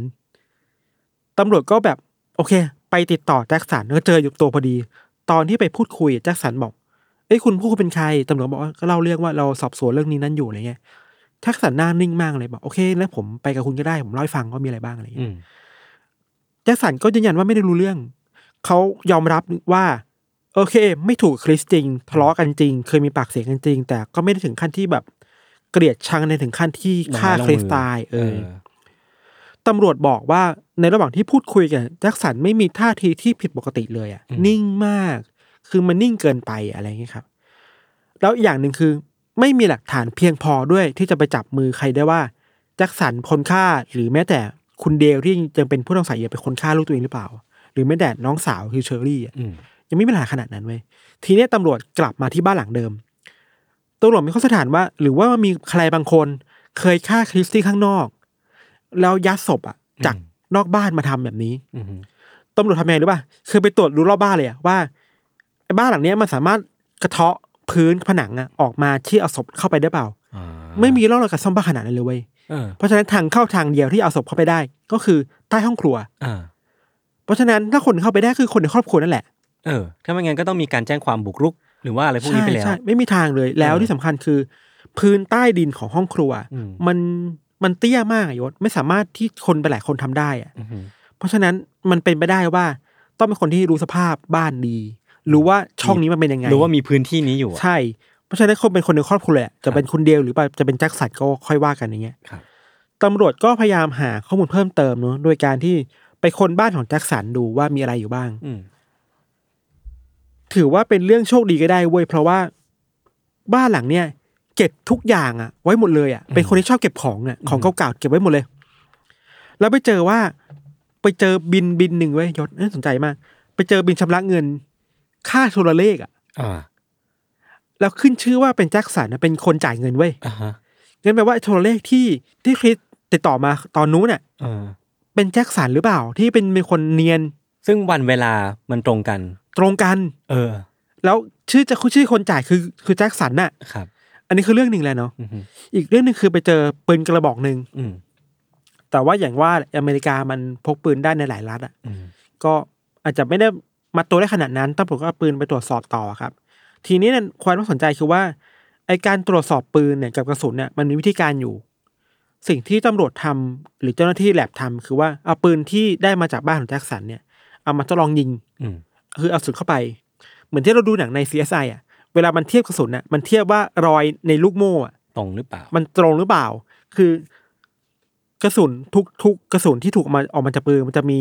Speaker 2: ตำรวจก็แบบ โอเค ไปติดต่อแจ็คสันก็เจออยู่ตัวพอดี ตอนที่ไปพูดคุยแจ็คสันบอกเอ้ยคุณผู้เป็นใครตำรวจบอกว่าก็เล่าเรื่องว่าเราสอบสวนเรื่องนี้นั้นอยู่อะไรเงี้ยแจ็คสันหน้านิ่งมากเลยบอกโอเคแล้วผมไปกับคุณก็ได้ผมเล่าให้ฟังว่ามีอะไรบ้างอะไรเงี้ย
Speaker 1: อืม
Speaker 2: แจ็คสันก็ยืนยันว่าไม่ได้รู้เรื่อง เขายอมรับว่า โอเค ไม่ถูกกับคริสจริงทะเลาะกันจริง เคยมีปากเสียงกันจริง แต่ก็ไม่ได้ถึงขั้นที่แบบ เกลียดชังในถึงขั้นที่ฆ่า
Speaker 1: ลงไม้ลงมือ
Speaker 2: คริสตายเออ
Speaker 1: เออ
Speaker 2: ตำรวจบอกว่าในระหว่างที่พูดคุยกันแจ็คสันไม่มีท่าทีที่ผิดปกติเลยอะ
Speaker 1: อืม
Speaker 2: นิ่งมาก คือมันนิ่งเกินไปอะไรอย่างเงี้ยครับ แล้วอีกอย่างหนึ่งคือ ไม่มีหลักฐานเพียงพอด้วยที่จะไปจับมือใครได้ว่าแจ็คสันคนฆ่าหรือแม้แต่คุณเดลที่ยังเป็นผู้ต้องสงสัยอยู่เป็นคนฆ่าลูกตัวเองหรือเปล่า หรือแม้แต่น้องสาวคือเชอรี่อะ
Speaker 1: อืม
Speaker 2: ยังไม่มีหลักฐานขนาดนั้นเว้ยทีเนี้ยตำรวจกลับมาที่บ้านหลังเดิมตำรวจมีข้อสันนิษฐานว่า หรือว่ามีใครบางคน เคยฆ่าคริสตี้ข้างนอก แล้วยัดศพอะจากนอกบ้านมาทำแบบนี้
Speaker 1: อืมอืม
Speaker 2: ตำรวจทำยังไงรู้ป่ะ คือไปตรวจดูรอบบ้านเลยอะว่าไอ้บ้านหลังเนี้ยมันสามารถกระเทาะพื้นผนังอะออกมาที่เอาศพเข้าไปได้เปล่า
Speaker 1: อ่า
Speaker 2: ไม่มีร่องรอยการซ่อมบ้านขนาดนั้นเลยเว้ย
Speaker 1: เออ
Speaker 2: เพราะฉะนั้นทางเข้าทางเดียวที่เอาศพเข้าไปได้ ก็คือใต้ห้องครัว
Speaker 1: อ่า
Speaker 2: เพราะฉะนั้นถ้าคนเข้าไปได้คือคนในครอบครัวนั่นแหละ
Speaker 1: เออ ถ้าไม่งั้นก็ต้องมีการแจ้งความบุกรุก หรือว่าอะไรพวกนี้ไปแล้ว
Speaker 2: ใช่ไม่มีทางเลย แล้ว
Speaker 1: เออ
Speaker 2: ที่สำคัญคือ พื้นใต้ดินของห้องครัว
Speaker 1: อืม
Speaker 2: มันมันเตี้ยมากอะยศไม่สามารถที่คนไปหลายคนทำได้อะ
Speaker 1: อือฮึ
Speaker 2: เพราะฉะนั้นมันเป็นไปได้ว่า ต้องเป็นคนที่รู้สภาพบ้านดี รู้ว่าช่องนี้มันเป็นยังไง
Speaker 1: หรือว่ามีพื้นที่นี้อยู่อะ
Speaker 2: ใช่ เพราะฉะนั้นคนเป็นคนในครอบครัวแหละ จะเป็นคุณเดียวหรือว่าจะเป็นแจ็คสันก็ค่อยว่ากันอย่างเงี้ย
Speaker 1: ครับ
Speaker 2: ตำรวจก็พยายามหาข้อมูลเพิ่มเติมเนอะโดยการที่ไปค้นบ้านของแจ็คสันดูว่ามีอะไรอยู่บ้าง
Speaker 1: อืม
Speaker 2: ถือว่าเป็นเรื่องโชคดีก็ได้เว้ย เพราะว่าบ้านหลังเนี่ย เก็บทุกอย่างอะไว้หมดเลยอะเป็นคนที่ชอบเก็บของอะของเก่าๆเก็บไว้หมดเลย แล้วไปเจอว่า ไปเจอบินบินหนึ่งเว้ยยศน่าสนใจมาก ไปเจอบินชำระเงิน ค่าโทรเลขอะ
Speaker 1: อ่า
Speaker 2: แล้วขึ้นชื่อว่าเป็นแจ็คสันนะเป็นคนจ่ายเงินเว้ย
Speaker 1: อ่าฮะ
Speaker 2: งั้นแปลว่าไอ้โทรเลขที่ที่คริสติดต่อมาตอนนู้นเนี่ย
Speaker 1: เออ
Speaker 2: เป็นแจ็คสันหรือเปล่า ที่เป็นเป็นคนเนียน
Speaker 1: ซึ่งวันเวลามันตรงกัน
Speaker 2: ตรงกัน
Speaker 1: เออ
Speaker 2: แล้วชื่อจะชื่อคนจ่ายคือคือแจ็คสันน่ะ
Speaker 1: ครับ
Speaker 2: อันนี้คือเรื่องหนึ่งแหล้วเนาะ
Speaker 1: อือฮึ
Speaker 2: อีกเรื่องหนึ่งคือไปเจอปืนกระบอกหนึ่ง
Speaker 1: อืม
Speaker 2: แต่ว่าอย่างว่าอเมริกามันพกปืนได้ในหลายรัฐอ่ะ
Speaker 1: อืม
Speaker 2: ก็อาจจะไม่ได้มาตัวได้ขนาดนั้นตำรวจก็เอาปืนไปตรวจสอบต่อครับ ทีนี้เนี่ยความน่าสนใจคือว่าไอการตรวจสอบปืนเนี่ยกับกระสุนเนี่ยมันมีวิธีการอยู่ สิ่งที่ตำรวจทำหรือเจ้าหน้าที่แลบทำคือว่าเอาปืนที่ได้มาจากบ้านของแจ็คสันเนี่ยเอามาทดลองยิง
Speaker 1: อืม
Speaker 2: คือเอาสุดเข้าไป เหมือนที่เราดูหนังใน CSI อ่ะเวลามันเทียบกระสุนน่ะมันเทียบว่ารอยในลูกโม่อะ
Speaker 1: ตรงหรือเปล่า
Speaker 2: มันตรงหรือเปล่า คือกระสุนทุกทุกกระสุนที่ถูกเอามาออกมาจากปืนมันจะมี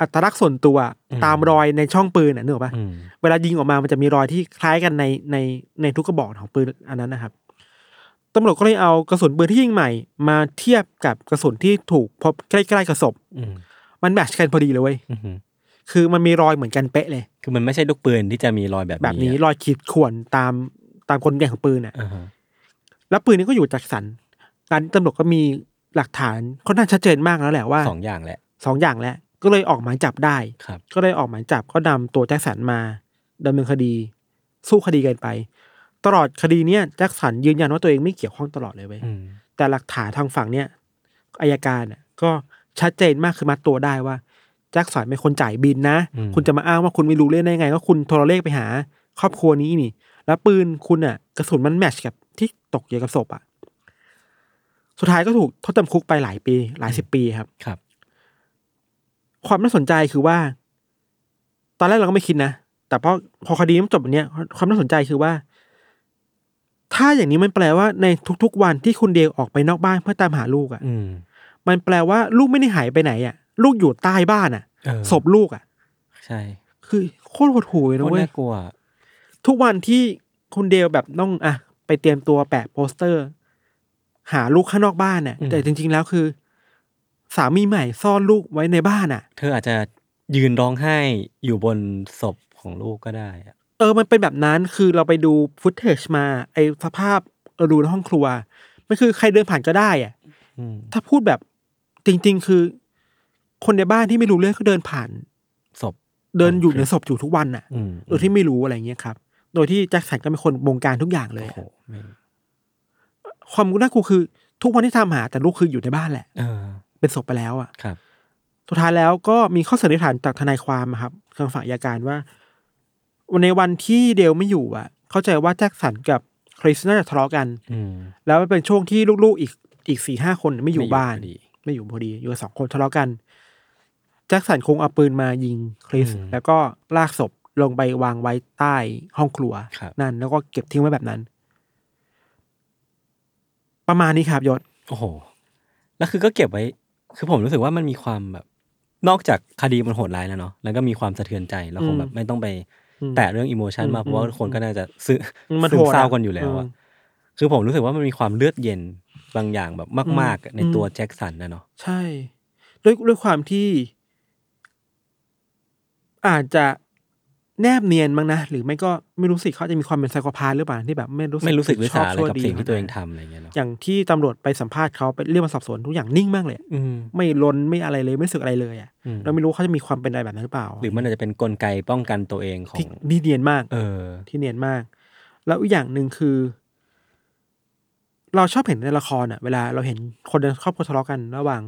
Speaker 2: อัตลักษณ์ส่วนตัว
Speaker 1: อืม
Speaker 2: ตามรอยในช่องปืนน่ะนึกออกปะ
Speaker 1: อืม
Speaker 2: เวลายิงออกมามันจะมีรอยที่คล้ายกันในในในทุกกระบอกของปืนอันนั้นนะครับ ตำรวจก็เลยเอากระสุนปืนที่ยิงใหม่ มาเทียบกับกระสุนที่ถูกพบใกล้ๆกับศพ
Speaker 1: อืม
Speaker 2: มันแมทชกันพอดีเลยเว้ย
Speaker 1: อือฮึ
Speaker 2: คือมันมีรอยเหมือนกันเป๊ะเลย
Speaker 1: คือมันไม่ใช่ลูกปืนที่จะมีรอยแบบ
Speaker 2: แบบ
Speaker 1: นี้
Speaker 2: นี้
Speaker 1: อะ
Speaker 2: รอยขีดข่วนตาม ามคนแก่ของปืนอ่ะ
Speaker 1: อ่าฮะ
Speaker 2: แล้วปืนนี้ก็อยู่แจากสันการตำรวจก็มีหลักฐานค่อนข้างชัดเจนมากแล้วแหละว่า
Speaker 1: สองอย่างแหละ
Speaker 2: สองอย่างแล้วก็เลยออกหมายจับได้
Speaker 1: ครับ
Speaker 2: ก็เลยออกหมายจับก็นำตัวแจ็คสันมาดำเนินคดี สู้คดีกันไป ตลอดคดีเนี้ยแจ็คสันยืนยันว่าตัวเองไม่เกี่ยวข้องตลอดเลยเว้ย
Speaker 1: อืม
Speaker 2: แต่หลักฐานทางฝั่งเนี้ยอายการน่ะก็ชัดเจนมากคือมัดตัวได้ว่าแจ็คสันเป็นคนจ่ายบินนะ
Speaker 1: อืม
Speaker 2: คุณจะมาอ้างว่าคุณไม่รู้เรื่องได้ไง ก็คุณโทรเลขไปหา ครอบครัวนี้นี่ แล้วปืนคุณอ่ะกระสุนมันแมทชกับที่ตกอยู่กับศพอ่ะสุดท้ายก็ถูกโทษจำคุกไปหลายปี หลายสิบปีครับ
Speaker 1: ครับ
Speaker 2: ความน่าสนใจคือว่า ตอนแรกเราก็ไม่คิดนะ แต่พอพอคดีมันจบแบบเนี้ยความน่าสนใจคือว่า ถ้าอย่างนี้มันแปลว่าในทุกๆวันที่คุณเดลออกไปนอกบ้านเพื่อตามหาลูกอะ่ะ
Speaker 1: อืม
Speaker 2: มันแปลว่าลูกไม่ได้หายไปไหนอะ่ะ ลูกอยู่ใต้บ้านอะ่ะ
Speaker 1: เออ
Speaker 2: ศพลูกอะ่ะ
Speaker 1: ใช่
Speaker 2: คือโคตรหดหู่เลย
Speaker 1: โค
Speaker 2: นะ
Speaker 1: ตร
Speaker 2: เว้ย
Speaker 1: น่ากลัว
Speaker 2: ทุกวันที่คุณเดลแบบต้องอ่ะไปเตรียมตัวแปะโปสเตอร์ หาลูกข้างนอกบ้านน่ะ
Speaker 1: อืม
Speaker 2: แต่จริง ๆ แล้วคือ สามีใหม่ซ่อนลูกไว้ในบ้านอ่ะ
Speaker 1: เธออาจจะยืนร้องไห้อยู่บนศพของลูกก็ได้อะ
Speaker 2: เออ มันเป็นแบบนั้น คือเราไปดูฟุตเทจมา ไอสภาพเออรูในห้องครัว มันคือใครเดินผ่านก็ได้อะ
Speaker 1: อืม
Speaker 2: ถ้าพูดแบบจริง ๆ คือ คนในบ้านที่ไม่รู้เรื่องก็เดินผ่าน
Speaker 1: ศพ
Speaker 2: เดินอยู่
Speaker 1: โอเค
Speaker 2: ในศพอยู่ทุกวันน่ะ
Speaker 1: อืม
Speaker 2: โดยที่ไม่รู้อะไรอย่างเงี้ยครับ โดยที่แจ็คสันก็เป็นคนบงการทุกอย่างเลย
Speaker 1: โอ้
Speaker 2: อะ
Speaker 1: โหแม่ง
Speaker 2: ความน่ากลัวคือ ทุกวันที่ทำหาแต่ลูกคืออยู่ในบ้านแหละ
Speaker 1: เออ
Speaker 2: เป็นศพไปแล้วอ่ะ
Speaker 1: ครับ
Speaker 2: สุดท้ายแล้วก็มีข้อสันนิษฐานจากทนายความอะครับทางฝั่งอัยการว่า วันในวันที่เดลไม่อยู่อ่ะ เข้าใจว่าแจ็คสันกับคริสน่าจะทะเลาะกัน
Speaker 1: อืม
Speaker 2: แล้วมันเป็นช่วงที่ลูกๆอีกอีกสี่ห้าคนไม่อยู่บ้าน
Speaker 1: พดี
Speaker 2: ไม่อยู่พอดี อยู่กันสองคนทะเลาะกัน แจ็คสันคงเอาปืนมายิงคริส
Speaker 1: อืม
Speaker 2: แล้วก็ลากศพลงไปวางไว้ใต้ห้องครัว
Speaker 1: ครับ
Speaker 2: นั่นแล้วก็เก็บทิ้งไว้แบบนั้น ประมาณนี้ครับยศ
Speaker 1: โอ้โห แล้วคือก็เก็บไว้ คือผมรู้สึกว่ามันมีความแบบ นอกจากคดีมันโหดร้ายแล้วเนาะ แล้วก็มีความสะเทือนใจ แล้วคงแบ
Speaker 2: อื
Speaker 1: บ
Speaker 2: ม
Speaker 1: ไม่ต้องไป
Speaker 2: อืม
Speaker 1: แตะเรื่องอิโมชันมาก
Speaker 2: อืม
Speaker 1: เพราะว่า
Speaker 2: อืม
Speaker 1: คนก็น่าจะซึ้ง
Speaker 2: มัน
Speaker 1: ซึ
Speaker 2: โห
Speaker 1: ม
Speaker 2: ดอะ
Speaker 1: เศร้ากันอยู่แล้วอะ
Speaker 2: อืม
Speaker 1: คือผมรู้สึกว่ามันมีความเลือดเย็นบางอย่างแบบมาก
Speaker 2: อืม
Speaker 1: ๆ ในตัว
Speaker 2: อืม
Speaker 1: แจ็คสันนะเนาะ
Speaker 2: ใช่ ด้วยด้วยความที่ อาจจะแนบเนียนมั้งนะ หรือไม่ก็ไม่รู้สิเขาอาจจะมีความเป็นไซโคพาธหรือเปล่าที่แบบไม่รู้สึก
Speaker 1: ไม่รู้สึก
Speaker 2: ผิ
Speaker 1: ริ
Speaker 2: ดชอ
Speaker 1: ษา
Speaker 2: บ
Speaker 1: อะไร
Speaker 2: ชั่ว
Speaker 1: กับ
Speaker 2: ดี
Speaker 1: สิ่งที่ตัวเอง
Speaker 2: ขนาด
Speaker 1: ทำ
Speaker 2: นั้น
Speaker 1: อะไรเงี้ยเนาะ
Speaker 2: อย่างที่ตำรวจไปสัมภาษณ์เขาไปเรียกมาสอบสวนทุกอย่างนิ่งมากเลยอะ
Speaker 1: อืม
Speaker 2: ไม่ล้นไม่อะไรเลยไม่รู้สึกอะไรเลยอ่ะ
Speaker 1: อืม
Speaker 2: เราไม่รู้เขาจะมีความเป็นอะไรแบบนั้นหรือเปล่า
Speaker 1: หรือมันอาจจะเป็นกลไกป้องกันตัวเองขอ
Speaker 2: ที่
Speaker 1: ง
Speaker 2: ที่เนียนมาก
Speaker 1: เออ
Speaker 2: ที่เนียนมาก แล้วอีกอย่างหนึ่งคือ เราชอบเห็นในละครอ่ะ เวลาเราเห็นคนในครอบครัวทะเลาะกัน ระหว่าง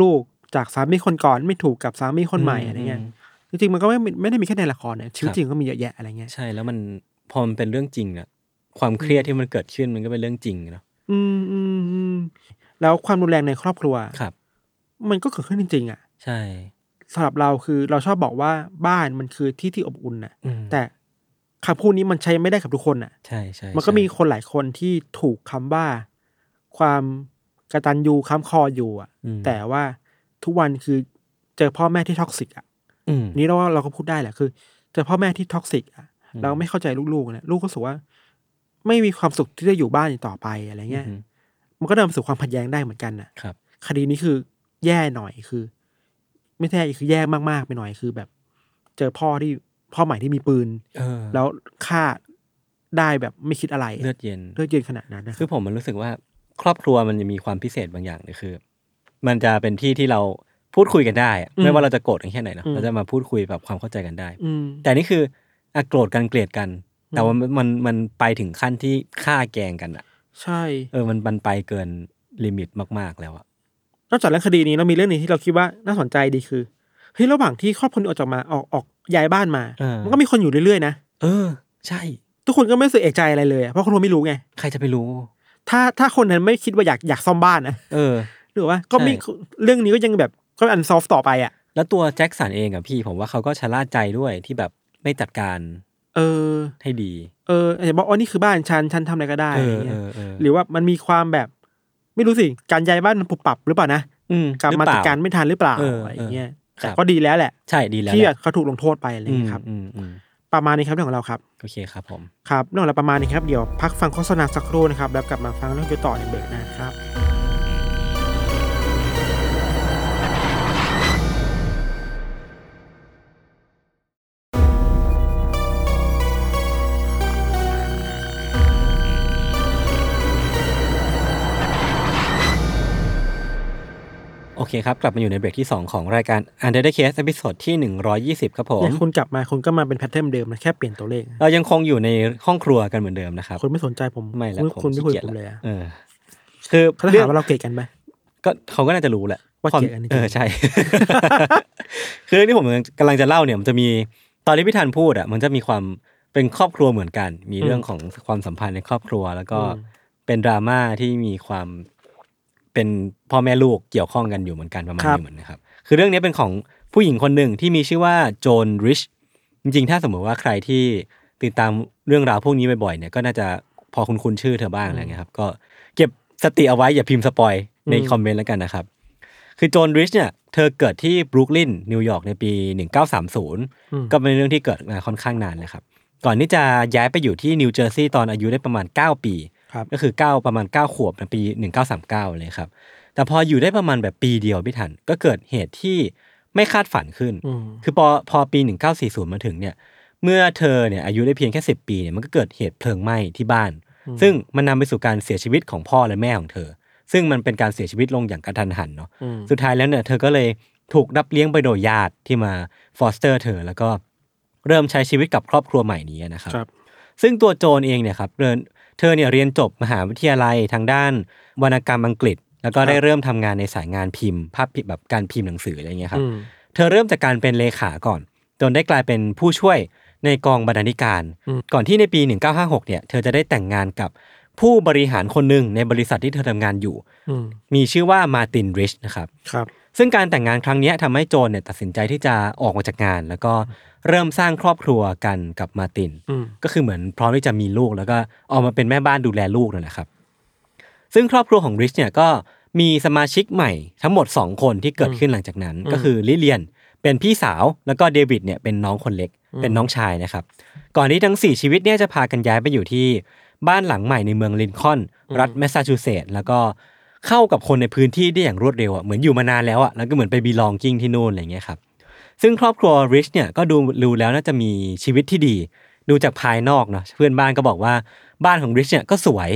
Speaker 2: ลูกจากสามีคนก่อนไม่ถูกกับสามีคนใหม่
Speaker 1: อืม
Speaker 2: อะไรเงี้ย
Speaker 1: อืม
Speaker 2: จริงๆมันก็ไม่ไม่ได้มีแค่ในละครเนี่ยชีวิต
Speaker 1: ครับ
Speaker 2: จริงก็มีเยอะแยะอะไรเงี้ย
Speaker 1: ใช่แล้วมันพอมันเป็นเรื่องจริงอะความเครียดที่มันเกิดขึ้นมันก็เป็นเรื่องจริงเนาะ
Speaker 2: อืมอืมอืมแล้วความรุนแรงในครอบครัว
Speaker 1: ครับ
Speaker 2: มันก็เกิดขึ้นจริงๆอ่ะ
Speaker 1: ใช่
Speaker 2: สำหรับเราคือเราชอบบอกว่าบ้านมันคือที่ที่อบอุ่นน่ะ
Speaker 1: อืม
Speaker 2: แต่คำพูดนี้มันใช้ไม่ได้กับทุกคนน่ะ
Speaker 1: ใช่ใช่
Speaker 2: มันก็
Speaker 1: ใช่
Speaker 2: มีคนหลายคนที่ถูกคำว่า ความกระตันยูค้ำคออยู่อ่ะ
Speaker 1: อืม
Speaker 2: แต่ว่าทุกวันคือเจอพ่อแม่ที่ท็อกซิกอ่ะ
Speaker 1: อืม
Speaker 2: อันนี้เราว่าเราก็พูดได้แหละคือ เจอพ่อแม่ที่ท็อกซิกอ่ะ
Speaker 1: อืม
Speaker 2: เราไม่เข้าใจลูกๆนะลูกก็รู้สึกว่า ไม่มีความสุขที่จะอยู่บ้านอีกต่อไปอะไรเงี้ย
Speaker 1: อืม
Speaker 2: มันก็นำไปสู่ความขัดแย้งได้เหมือนกันน่ะ
Speaker 1: ครับ
Speaker 2: คดีนี้คือแย่หน่อยคือ ไม่แย่คือแย่มากๆไปหน่อยคือแบบ เจอพ่อที่พ่อใหม่ที่มีปืน
Speaker 1: เออ
Speaker 2: แล้วฆ่าได้แบบไม่คิดอะไร
Speaker 1: เลือดเย็น
Speaker 2: เลือดเย็นขนาดนั้นนะ
Speaker 1: คือผมมันรู้สึกว่า ครอบครัวมันจะมีความพิเศษบางอย่างเลยคือ มันจะเป็นที่ที่เราพูดคุยกันได้อะไม่ว่าเราจะโกรธกันแค่ไหนเนอะเราจะมาพูดคุยแบบความเข้าใจกันได้
Speaker 2: อืม
Speaker 1: แต่นี่คืออะโกรธกันเกลียดกัน แต่ว่ามันมันมันไปถึงขั้นที่ฆ่าแกล้งกันอะ
Speaker 2: ใช่
Speaker 1: เออมันมันไปเกินลิมิตมากๆแล้วอะ
Speaker 2: นอกจากเรื่องคดีนี้เรามีเรื่องหนึงที่เราคิดว่าน่าสนใจดีคือเฮ้ยระหว่างที่ครอบครัวนี้ออกจากมาออกออกย้ายบ้านมา
Speaker 1: เออ
Speaker 2: มันก็มีคนอยู่เรื่อยๆนะ
Speaker 1: เออ ใช่
Speaker 2: ทุกคนก็ไม่รู้สึกเอกใจอะไรเลยอะเพราะคนเราไม่รู้ไง
Speaker 1: ใครจะไปรู้
Speaker 2: ถ้าถ้าคนนั้นไม่คิดว่าอยากอยากซ่อมบ้านนะ
Speaker 1: เออ
Speaker 2: หรือว่าก็ไม่เรื่องนี้ก็ยังแบบก็อันซอฟต่อไปอ่ะ
Speaker 1: แล้วตัวแจ็คสันเองอะพี่ ผมว่าเขาก็ชะล่าใจด้วยที่แบบไม่จัดการ
Speaker 2: เออ
Speaker 1: ให้ดี
Speaker 2: เอออาจจะบอกอ๋อนี่คือบ้านฉันฉันทำอะไรก็ได้
Speaker 1: เอ
Speaker 2: อะ
Speaker 1: อ
Speaker 2: ไรเงี้
Speaker 1: เอย อเออ
Speaker 2: หรือว่ามันมีความแบบ ไม่รู้สิการย้ายบ้านมันปรับปรับหรือเปล่านะ
Speaker 1: ม
Speaker 2: กลับ
Speaker 1: หอ
Speaker 2: มา
Speaker 1: เป
Speaker 2: จั
Speaker 1: ล่
Speaker 2: ดการไม่ทันหรือเปล่า
Speaker 1: เอออ
Speaker 2: อะไรเงี้ย
Speaker 1: ครั
Speaker 2: แต่
Speaker 1: บ
Speaker 2: ก็ดีแล้วแหละ
Speaker 1: ใช่ดีแล้ว
Speaker 2: ที่
Speaker 1: แหละ
Speaker 2: เขาถูกลงโทษไปอะไร
Speaker 1: อืม
Speaker 2: เงี้ยครับ
Speaker 1: อืมอืม
Speaker 2: ประมาณนี้ครับเรื่องของเราครับ
Speaker 1: โอเคครับผม
Speaker 2: ครับเรื่องของเราประมาณนี้ครับเดี๋ยวพักฟังโฆษณาสักครู่นะครับแล้วกลับมาฟังเรื่องเกี่ยวต่อในเบรกหน้าครับ
Speaker 3: 「
Speaker 1: เคครับ กลับมาอยู่ในเบรกที่ 2 ของรายการ Under the Case ตอนที่ 120 ครับผม
Speaker 2: เนี่ยคุณกลับมาคุณก็มาเป็นแพทเทิร์นเดิมนะแค่เปลี่ยนตัวเลขนะ
Speaker 1: เรายังคงอยู่ในห้องครัวกันเหมือนเดิมนะครับ
Speaker 2: คุณไม่สนใจผม
Speaker 1: ไม่ละ
Speaker 2: คุณ
Speaker 1: ผม
Speaker 2: คุณไม่คุยกับผ
Speaker 1: ขี้
Speaker 2: ม
Speaker 1: กี
Speaker 2: เลย
Speaker 1: จ
Speaker 2: อะ
Speaker 1: เออ คือ
Speaker 2: เขาจะ
Speaker 1: เรื่อ
Speaker 2: หาง ว่าเราเกลียดกันไหม
Speaker 1: ก็เขาก็น่าจะรู้แหละ
Speaker 2: ว่า
Speaker 1: คม
Speaker 2: เกลียดกันจริงๆ
Speaker 1: เออใช่ คือเรื่องที่ผมกำลังจะเล่าเนี่ย มันจะมีตอนที่พี่ธันพูดอ่ะ มันจะมีความเป็นครอบครัวเหมือนกัน มีเรื่องของความสัมพันธ์ในครอบครัว แล้วก็เป็นดราม่าที่มีความเป็นพ่อแม่ลูกเกี่ยวข้องกันอยู่เหมือนกันประมาณ
Speaker 2: ครับ
Speaker 1: นี้เหมือนนะครับ คือเรื่องนี้เป็นของผู้หญิงคนหนึ่งที่มีชื่อว่าโจนริช จริงๆ ถ้าสมมติว่าใครที่ติดตามเรื่องราวพวกนี้บ่อยๆเนี่ยก็น่าจะพอคุ้นๆชื่อเธอบ้างอะไรเงี้ยครับ ก็เก็บสติเอาไว้อย่าพิมพ์สปอยใน
Speaker 2: อืม
Speaker 1: คอมเมนต์แล้วกันนะครับ คือโจนริชเนี่ยเธอเกิดที่บรุกลินนิวยอร์กในปี 1930 ก็เป็นเรื่องที่เกิดมาค่อนข้างนานเลยครับ ก่อนที่จะย้ายไปอยู่ที่นิวเจอร์ซีย์ตอนอายุได้ประมาณ 9 ปี
Speaker 2: ครับ
Speaker 1: ก็คือ 9 ประมาณ 9 ขวบในปี 1939 เลยครับ แต่พออยู่ได้ประมาณแบบปีเดียวพี่ทัน ก็เกิดเหตุที่ไม่คาดฝันขึ้น
Speaker 2: อืม
Speaker 1: คือพอพอปี 1940 มาถึงเนี่ย เมื่อเธอเนี่ยอายุได้เพียงแค่ 10 ปีเนี่ยมันก็เกิดเหตุเพลิงไหม้ที่บ้าน ซึ่งมันนำไปสู่การเสียชีวิตของพ่อและแม่ของเธอ ซึ่งมันเป็นการเสียชีวิตลงอย่างกระทันหันเนาะ
Speaker 2: อืม
Speaker 1: สุดท้ายแล้วเนี่ยเธอก็เลยถูกรับเลี้ยงไปโดยญาติที่มาฟอสเตอร์เธอ แล้วก็เริ่มใช้ชีวิตกับครอบครัวใหม่นี้นะครับ
Speaker 2: ครับ
Speaker 1: ซึ่งตัวโจนเองเนี่ยครับเรียนเธอเนี่ยเรียนจบมหาวิทยาลัยทางด้านวรรณกรรมอังกฤษ แล้วก็ได้เริ่มทำงานในสายงานพิมพ์ ภาพพิมพ์แบบการพิมพ์หนังสืออะไรเงี้ยครับ
Speaker 2: อืม
Speaker 1: เธอเริ่มจากการเป็นเลขาก่อน จนได้กลายเป็นผู้ช่วยในกองบรรณาธิการ
Speaker 2: อืม
Speaker 1: ก่อนที่ในปี 1956 เนี่ย เธอจะได้แต่งงานกับผู้บริหารคนหนึ่งในบริษัทที่เธอทำงานอยู่
Speaker 2: อืม
Speaker 1: มีชื่อว่ามาร์ตินริชนะครับ
Speaker 2: ครับ
Speaker 1: ซึ่งการแต่งงานครั้งเนี้ยทำให้โจนเนี่ยตัดสินใจที่จะออกมาจากงาน แล้วก็เริ่มสร้างครอบครัวกันกับมาร์ติน
Speaker 2: อืม
Speaker 1: ก็คือเหมือนพร้อมที่จะมีลูกแล้วก็ออกมาเป็นแม่บ้านดูแลลูกนั่นแหละครับ ซึ่งครอบครัวของริชเนี่ยก็มีสมาชิกใหม่ทั้งหมด 2 คนที่เกิดขึ้นหลังจากนั้น ก็คือลิเลียนเป็นพี่สาวแล้วก็เดวิดเนี่ยเป็นน้องคนเล็ก เป็นน้องชายนะครับ ก่อนที่ทั้ง 4 ชีวิตเนี่ยจะพากันย้ายไปอยู่ที่บ้านหลังใหม่ในเมืองลินคอล์นรัฐแมสซาชูเซตส์แล้วก็เข้ากับคนในพื้นที่ได้อย่างรวดเร็วอ่ะเหมือนอยู่มานานแล้วอ่ะแล้วก็เหมือนไปบีลองกิ้งที่นู่นอะไรอย่างเงี้ยครับ ซึ่งครอบครัวริชเนี่ยก็ดูดูแล้วน่าจะมีชีวิตที่ดี ดูจากภายนอกเนาะเพื่อนบ้านก็บอกว่าบ้านของริชเนี่ยก็สวย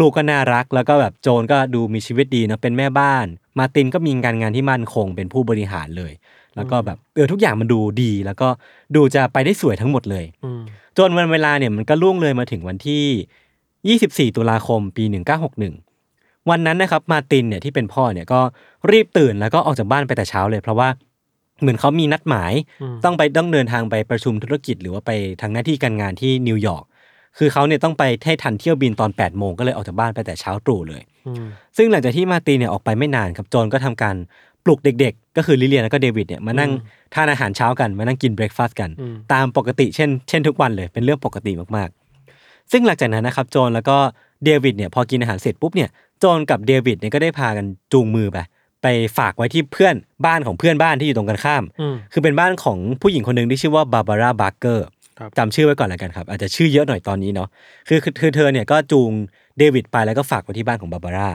Speaker 1: ลูกๆก็น่ารัก แล้วก็แบบโจนก็ดูมีชีวิตดีเนาะเป็นแม่บ้าน มาร์ตินก็มีการงานที่มั่นคงเป็นผู้บริหารเลย แล้วก็แบบเออทุกอย่างมันดูดี แล้วก็ดูจะไปได้สวยทั้งหมดเลย
Speaker 2: อืม
Speaker 1: จนวันเวลาเนี่ยมันก็ล่วงเลยมาถึงวันที่ 24 ตุลาคมปี 1961 วันนั้นนะครับมาร์ตินเนี่ยที่เป็นพ่อเนี่ยก็รีบตื่นแล้วก็ออกจากบ้านไปแต่เช้าเลยเพราะว่าเหมือนเขามีนัดหมาย
Speaker 2: อืม
Speaker 1: ต้องไปต้องเดินทางไปประชุมธุรกิจหรือว่าไปทางหน้าที่การงานที่นิวยอร์กคือเขาเนี่ยต้องไปให้ทันเที่ยวบินตอน 8 โมงก็เลยออกจากบ้านไปแต่เช้าตรู่เลย
Speaker 2: อืม
Speaker 1: ซึ่งหลังจากที่มาร์ตินเนี่ยออกไปไม่นานครับโจนก็ทำการปลุกเด็กๆ ก็คือลิเลียนแล้วก็เดวิดเนี่ยมานั่งทานอาหารเช้ากันมานั่งกินเบรคฟาสต์กัน
Speaker 2: อืม
Speaker 1: ตามปกติเช่นเช่นทุกวันเลยเป็นเรื่องปกติมากๆ ซึ่งหลังจากนั้นนะครับโจนแล้วก็เดวิดเนี่ยพอกินอาหารเสร็จปุ๊บเนี่ยโจนกับเดวิดเนี่ยก็ได้พากันจูงมือไปไปฝากไว้ที่เพื่อนบ้านของเพื่อนบ้านที่อยู่ตรงกันข้าม
Speaker 2: อืม
Speaker 1: คือเป็นบ้านของผู้หญิงคนหนึ่งที่ชื่อว่าบาบาร่าบาร์เกอร์
Speaker 2: ครับ
Speaker 1: จำชื่อไว้ก่อนแล้วกันครับ อาจจะชื่อเยอะหน่อยตอนนี้เนาะคือคือคือเธอเนี่ยก็จูงเดวิดไปแล้วก็ฝากไว้ที่บ้านของบาบาร่า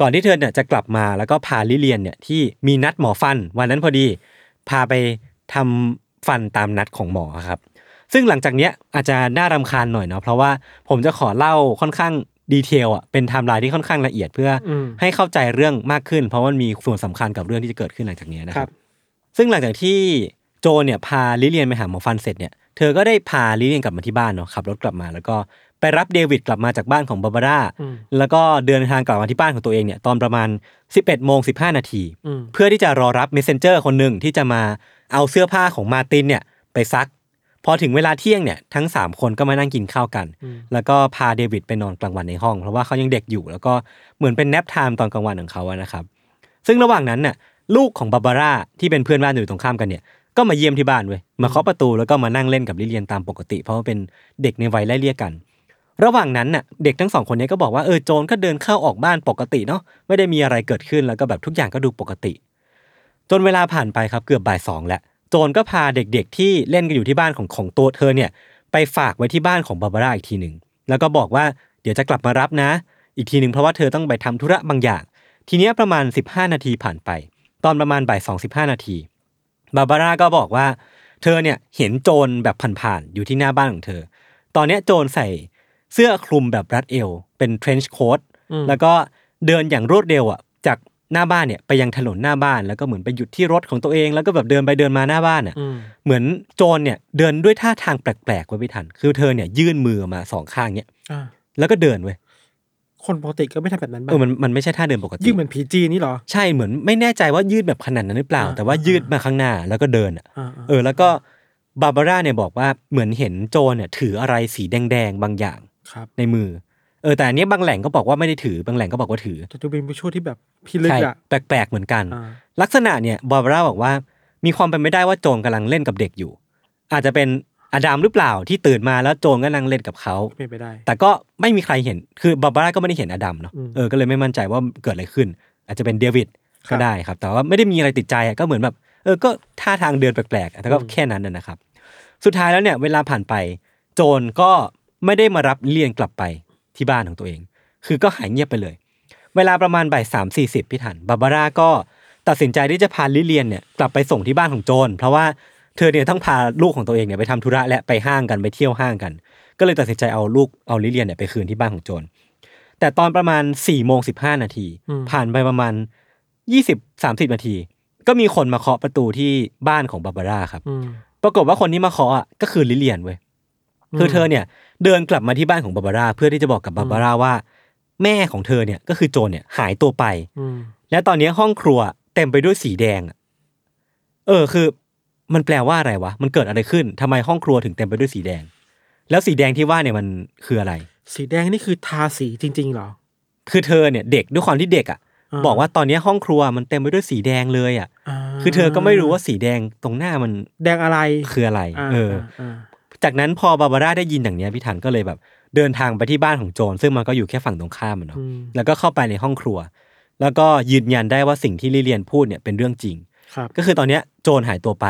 Speaker 1: ก่อนที่เธอเนี่ยจะกลับมาแล้วก็พาลิเลียนเนี่ยที่มีนัดหมอฟัน วันนั้นพอดีพาไปทำฟันตามนัดของหมอครับ ซึ่งหลังจากเนี้ยอาจจะน่ารำคาญหน่อยเนาะเพราะว่าผมจะขอเล่าค่อนข้างดีเทลอ่ะเป็นไทม์ไลน์ที่ค่อนข้างละเอียดเพื่ออ
Speaker 2: ม
Speaker 1: ให้เข้าใจเรื่องมากขึ้น เพราะมันมีส่วนสำคัญกับเรื่องที่จะเกิดขึ้นหลังจากเนี้ยนะ
Speaker 2: ค
Speaker 1: ค
Speaker 2: รั
Speaker 1: รับ บ ซึ่งหลังจากที่โจเนี่ยพาลิเลียนไปหาหมอฟันเสร็จเนี่ยเธอก็ได้พาลิเลียนกลับมาที่บ้านเนาะขับรถกลับมาแล้วก็ไปรับเดวิดกลับมาจากบ้านของบาบาร่า
Speaker 2: อืม
Speaker 1: แล้วก็เดินทางกลับมาที่บ้านของตัวเองเนี่ยตอนประมาณ 11โมง15 นาที
Speaker 2: อืม
Speaker 1: เพื่อที่จะรอรับเมสเซนเจอร์คนหนึ่งที่จะมาเอาเสื้อผ้าของมาร์ตินเนี่ยไปซัก พอถึงเวลาเที่ยงเนี่ยทั้ง 3 คนก็มานั่งกินข้าวกัน
Speaker 2: อืม
Speaker 1: แล้วก็พาเดวิดไปนอนกลางวันในห้อง เพราะว่าเขายังเด็กอยู่ แล้วก็เหมือนเป็นแนปไทม์ตอนกลางวันของเขาอะนะครับ ซึ่งระหว่างนั้นน่ะลูกของบาบาร่าที่เป็นเพื่อนบ้านอยู่ตรงข้ามกันเนี่ยก็มาเยี่ยมที่บ้านเว้ยมาเคาะประตูแล้วก็มานั่งเล่นกับลิเลียนตามปกติ เพราะว่าเป็นเด็กในวัยไล่เลี่ยกัน ระหว่างนั้นน่ะเด็กทั้งสองคนเนี้ก็บอกว่าเออโจนก็เดินเข้าออกบ้านปกติเนาะไม่ได้มีอะไรเกิดขึ้นแล้วก็แบบทุกอย่างก็ดูปกติ จนเวลาผ่านไปครับเกือบบ่ายสองแล้วโจนก็พาเด็กๆที่เล่นกันอยู่ที่บ้านของของตัวเธอเนี่ยไปฝากไว้ที่บ้านของบาบาร่าอีกทีหนึ่งแล้วก็บอกว่าเดี๋ยวจะกลับมารับนะ อีกทีหนึ่งเพราะว่าเธอต้องไปทำธุระบางอย่าง ทีเนี้ยประมาณ 15 นาทีผ่านไป ตอนประมาณบ่ายสองสิบห้านาทีบาบาร่าก็บอกว่า เธอเนี่ยเห็นโจรแบบผ่านๆอยู่ที่หน้าบ้านของเธอ ตอนเนี้ยโจรใส่เสื้อคลุมแบบรัดเอว เป็นเทรนช์โค้ทแล้วก็เดินอย่างรวดเร็วอ่ะจาก หน้าบ้านเนี่ยไปยังถนนหน้าบ้านแล้วก็เหมือนไปหยุดที่รถของตัวเองแล้วก็แบบเดินไปเดินมาหน้าบ้านอ่ะ
Speaker 2: อืม
Speaker 1: เหมือนโจรเนี่ยเดินด้วยท่าทางแปลกๆไว้ไม่ทัน คือเธอเนี่ยยื่นมือออกมาสองข้างเนี่ย
Speaker 2: อ่า
Speaker 1: แล้วก็เดินเว้ย
Speaker 2: คนปกติก็ไม่ทำแบบนั้นบ้า
Speaker 1: เออมันมันไม่ใช่ท่าเดินปกติ
Speaker 2: ยิ่งเหมือนผีจีนนี่เหรอ
Speaker 1: ใช่เหมือนไม่แน่ใจว่ายืดแบบขนาดนั้นหรือเปล่า
Speaker 2: อ่า
Speaker 1: แต่ว่ายืดมาข้างหน้าแล้วก็เดินอะ
Speaker 2: อ่าๆ
Speaker 1: เออ แล้วก็บาบาร่าเนี่ยบอกว่าเหมือนเห็นโจรเนี่ยถืออะไรสีแดงๆบางอย่าง
Speaker 2: ครับ
Speaker 1: ในมือ เออแต่อันเนี้ยบางแหล่งก็บอกว่าไม่ได้ถือบางแหล่งก็บอกว่าถือ
Speaker 2: แต่ดูเป็นผู้ช่วยที่แบบพิลึก
Speaker 1: ใช่
Speaker 2: อ่ะ
Speaker 1: แปลกๆเหมือนกัน
Speaker 2: อ่า
Speaker 1: ลักษณะเนี่ยบาบาร่าบอกว่ามีความเป็นไม่ได้ว่าโจรกำลังเล่นกับเด็กอยู่ อาจจะเป็นอดัมหรือเปล่าที่ตื่นมาแล้วโจรกำลังเล่นกับเขา
Speaker 2: เป็นไปได้
Speaker 1: แต่ก็ไม่มีใครเห็น คือบาบาร่าก็ไม่ได้เห็นอดัมเนาะ
Speaker 2: อืม
Speaker 1: เออ ก็เลยไม่มั่นใจว่าเกิดอะไรขึ้น อาจจะเป็นเดวิด
Speaker 2: ครั
Speaker 1: ก็
Speaker 2: บ
Speaker 1: ได้ครับ แต่ว่าไม่ได้มีอะไรติดใจอะก็เหมือนแบบ เออ ก็ท่าทางเดินแปลกๆอะแต่ก็
Speaker 2: อืม
Speaker 1: แค่นั้นนะนะครับ สุดท้ายแล้วเนี่ยเวลาผ่านไป โจรก็ไม่ได้มารับเลียนกลับไปที่บ้านของตัวเอง คือก็หายเงียบไปเลย เวลาประมาณบ่ายสามสี่สิบพี่ถันบาบาร่าก็ตัดสินใจที่จะพาลิเลียนเนี่ยกลับไปส่งที่บ้านของโจรเพราะว่าเธอเนี่ยต้องพาลูกของตัวเองเนี่ยไปทำธุระและไปห้างกันไปเที่ยวห้างกัน ก็เลยตัดสินใจเอาลูกเอาลิเลียนเนี่ยไปคืนที่บ้านของโจรแต่ตอนประมาณสี่โมงสิบห้านาที
Speaker 2: อืม
Speaker 1: ผ่านไปประมาณยี่สิบสามสิบนาที ก็มีคนมาเคาะประตูที่บ้านของบาบาร่าครับ
Speaker 2: อืม
Speaker 1: ปรากฏว่าคนที่มาเคาะอะก็คือลิเลียนเว้ย
Speaker 2: อืม
Speaker 1: คือเธอเนี่ยเดินกลับมาที่บ้านของบาบาร่าเพื่อที่จะบอกกับบาบาร่าว่า แม่ของเธอเนี่ยก็คือโจนเนี่ยหายตัวไป
Speaker 2: อืม
Speaker 1: และตอนนี้ห้องครัวเต็มไปด้วยสีแดงอะเออคือ มันแปลว่าอะไรวะ มันเกิดอะไรขึ้นทำไมห้องครัวถึงเต็มไปด้วยสีแดง แล้วสีแดงที่ว่าเนี่ยมันคืออะไร
Speaker 2: สีแดงนี่คือทาสีจริง ๆ เหรอ
Speaker 1: คือเธอเนี่ยเด็กด้วยความที่เด็กอะ
Speaker 2: า
Speaker 1: บอกว่าตอนนี้ห้องครัวมันเต็มไปด้วยสีแดงเลยอะ
Speaker 2: า
Speaker 1: คือเธอก็ไม่รู้ว่าสีแดงตรงหน้ามัน
Speaker 2: แดงอะไร
Speaker 1: คืออะไร
Speaker 2: า
Speaker 1: เอออ
Speaker 2: าา
Speaker 1: จากนั้นพอบาบาร่าได้ยินอย่างเนี้ยพี่ถันก็เลยแบบเดินทางไปที่บ้านของโจรซึ่งมันก็อยู่แค่ฝั่งตรงข้ามอะเนาะ
Speaker 2: อืม
Speaker 1: แล้วก็เข้าไปในห้องครัว แล้วก็ยืนยันได้ว่าสิ่งที่ลิเลียนพูดเนี่ยเป็นเรื่องจริง
Speaker 2: ครับ
Speaker 1: ก็คือตอนเนี้ยโจรหายตัวไป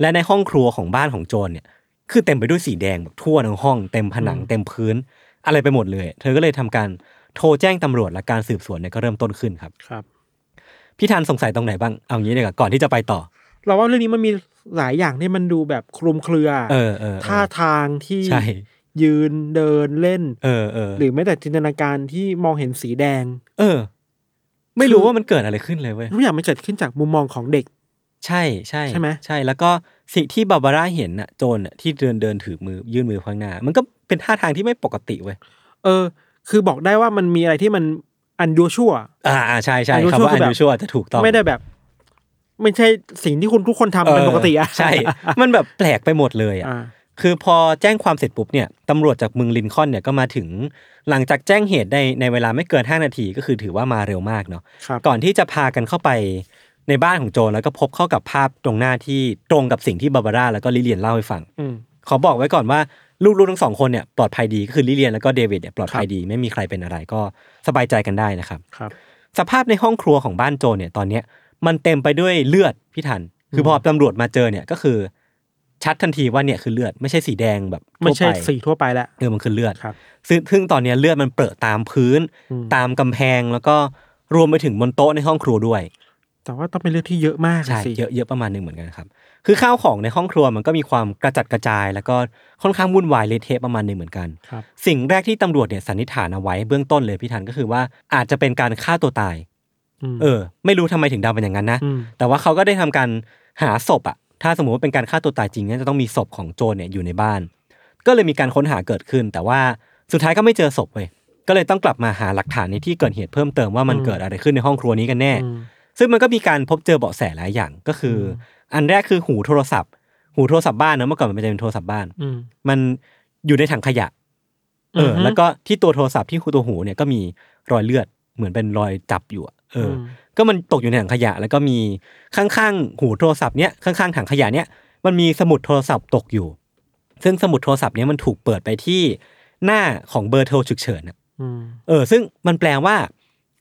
Speaker 1: และในห้องครัวของบ้านของโจรเนี่ย คือเต็มไปด้วยสีแดงแบบทั่วทั้งห้องเต็มผนังเต็มพื้น อะไรไปหมดเลย เธอก็เลยทำการโทรแจ้งตำรวจและการสืบสวนเนี่ยก็เริ่มต้นขึ้นครับ
Speaker 2: ครับ
Speaker 1: พี่ทันสงสัยตรงไหนบ้างเอางี้เลยก่อนที่จะไปต่อ
Speaker 2: เราว่าเรื่องนี้มันมีหลายอย่างที่มันดูแบบคลุมเครือ
Speaker 1: เออเออเออ
Speaker 2: ท่าทางที่
Speaker 1: ใช่
Speaker 2: ยืนเดินเล่น
Speaker 1: เออเออ
Speaker 2: หรือแม้แต่จินตนาการที่มองเห็นสีแดง
Speaker 1: เออ ไม่รู้ว่ามันเกิดอะไรขึ้นเลยเว้ย
Speaker 2: ทุกอย่างมันเกิดขึ้นจากมุมมองของเด็ก
Speaker 1: ใช่ใช่
Speaker 2: ใช่ไหม
Speaker 1: ใช่แล้วก็สิ่งที่บาบาร่าเห็นน่ะโจรน่ะที่เดินเดินถือมือยื่นมือข้างหน้า มันก็เป็นท่าทางที่ไม่ปกติเว้ย
Speaker 2: เออ คือบอกได้ว่ามันมีอะไรที่มันอันดูชั่ว
Speaker 1: อ่าอ่าใช่ใช่
Speaker 2: อันดูชั่
Speaker 1: คำ
Speaker 2: ว
Speaker 1: ว่า
Speaker 2: คื
Speaker 1: อั
Speaker 2: อน แบบ
Speaker 1: ดูชั่วจะถูกต้อง
Speaker 2: ไม่ได้แบบ ไม่ใช่สิ่งที่คุณทุกคนทำเป็นปกติอะ
Speaker 1: เใช่ มันแบบแปลกไปหมดเลยอ่ะ
Speaker 2: อ่า
Speaker 1: คือพอแจ้งความเสร็จปุ๊บเนี่ยตำรวจจากเมืองลินคอล์นเนี่ยก็มาถึง หลังจากแจ้งเหตุในในเวลาไม่เกิน 5 นาทีก็คือถือว่ามาเร็วมากเนาะ
Speaker 2: ครับ
Speaker 1: ก่อนที่จะพากันเข้าไปในบ้านของโจรแล้วก็พบเข้ากับภาพตรงหน้าที่ตรงกับสิ่งที่บาบาร่าแล้วก็ลิเลียนเล่าให้ฟัง
Speaker 2: อืม
Speaker 1: ขอบอกไว้ก่อนว่าลูกๆทั้งสองคนเนี่ยปลอดภัยดีก็คือลิเลียนแล้วก็เดวิดเนี่ยปลอดภัยดีไม่มีใครเป็นอะไรก็สบายใจกันได้นะครับ
Speaker 2: ครับ
Speaker 1: สภาพในห้องครัวของบ้านโจเนี่ยตอนเนี้ยมันเต็มไปด้วยเลือดพี่ทัน คือ
Speaker 2: ม
Speaker 1: พอตำรวจมาเจอเนี่ยก็คือ ชัดทันทีว่าเนี่ยคือเลือดไม่ใช่สีแดงแบบ
Speaker 2: ไม่
Speaker 1: ทั่ว
Speaker 2: ใช่
Speaker 1: ไป
Speaker 2: สีทั่วไปแล้ว
Speaker 1: เออมันคือเลือด
Speaker 2: ครับ
Speaker 1: ซึ่งซึ่งตอนเนี้ยเลือดมันเปรอะตามพื้น
Speaker 2: อืม
Speaker 1: ตามกำแพงแล้วก็รวมไปถึงบนโต๊ะในห้องครัวด้วย
Speaker 2: แต่ว่าต้องเป็นเรื่องที่เยอะมาก
Speaker 1: ใช่
Speaker 2: สิ
Speaker 1: เยอะเยอะประมาณหนึ่งเหมือนกันครับ คือข้าวของในห้องครัวมันก็มีความกระจัดกระจาย แล้วก็ค่อนข้างวุ่นวายเละเทะประมาณหนึ่งเหมือนกัน
Speaker 2: ครับ
Speaker 1: สิ่งแรกที่ตำรวจเนี่ยสันนิษฐานเอาไว้เบื้องต้นเลยพี่ทันก็คือว่าอาจจะเป็นการฆ่าตัวตาย
Speaker 2: อืม
Speaker 1: เออ ไม่รู้ทำไมถึงเดาเป็นอย่างนั้นนะ
Speaker 2: ม
Speaker 1: แต่ว่าเขาก็ได้ทำการหาศพอะถ้าสมมติว่าเป็นการฆ่าตัวตายจริงเนี่ยจะต้องมีศพของโจรเนี่ยอยู่ในบ้าน ก็เลยมีการค้นหาเกิดขึ้น แต่ว่าสุดท้ายก็ไม่เจอศพเว้ยก็เลยต้องกลับมาหาหลักฐานในที่เกิดเหตุเพิ่มเติมว่ามันเกิดอะไรขึ้นในห้องครัวนี้กันแน่
Speaker 2: อืม
Speaker 1: ซึ่งมันก็มีการพบเจอเบาะแสหลายอย่างก็คือ อันแรกคือหูโทรศัพท์ หูโทรศัพท์บ้านเนอะเมื่อก่อนมันจะเป็นโทรศัพท์บ้าน
Speaker 2: อืม
Speaker 1: มันอยู่ในถังขยะ เออ
Speaker 2: อือฮึ
Speaker 1: แล้วก็ที่ตัวโทรศัพท์ที่ตัวหูเนี่ยก็มีรอยเลือดเหมือนเป็นรอยจับอยู่อะเอออ
Speaker 2: ม
Speaker 1: ก็มันตกอยู่ในถังขยะ แล้วก็มีข้างๆหูโทรศัพท์เนี้ยข้างๆถังขยะเนี้ยมันมีสมุดโทรศัพท์ตกอยู่ ซึ่งสมุดโทรศัพท์เนี้ยมันถูกเปิดไปที่หน้าของเบอร์โทรฉุกเฉินอะ
Speaker 2: อืม
Speaker 1: เออซึ่งมันแปลว่า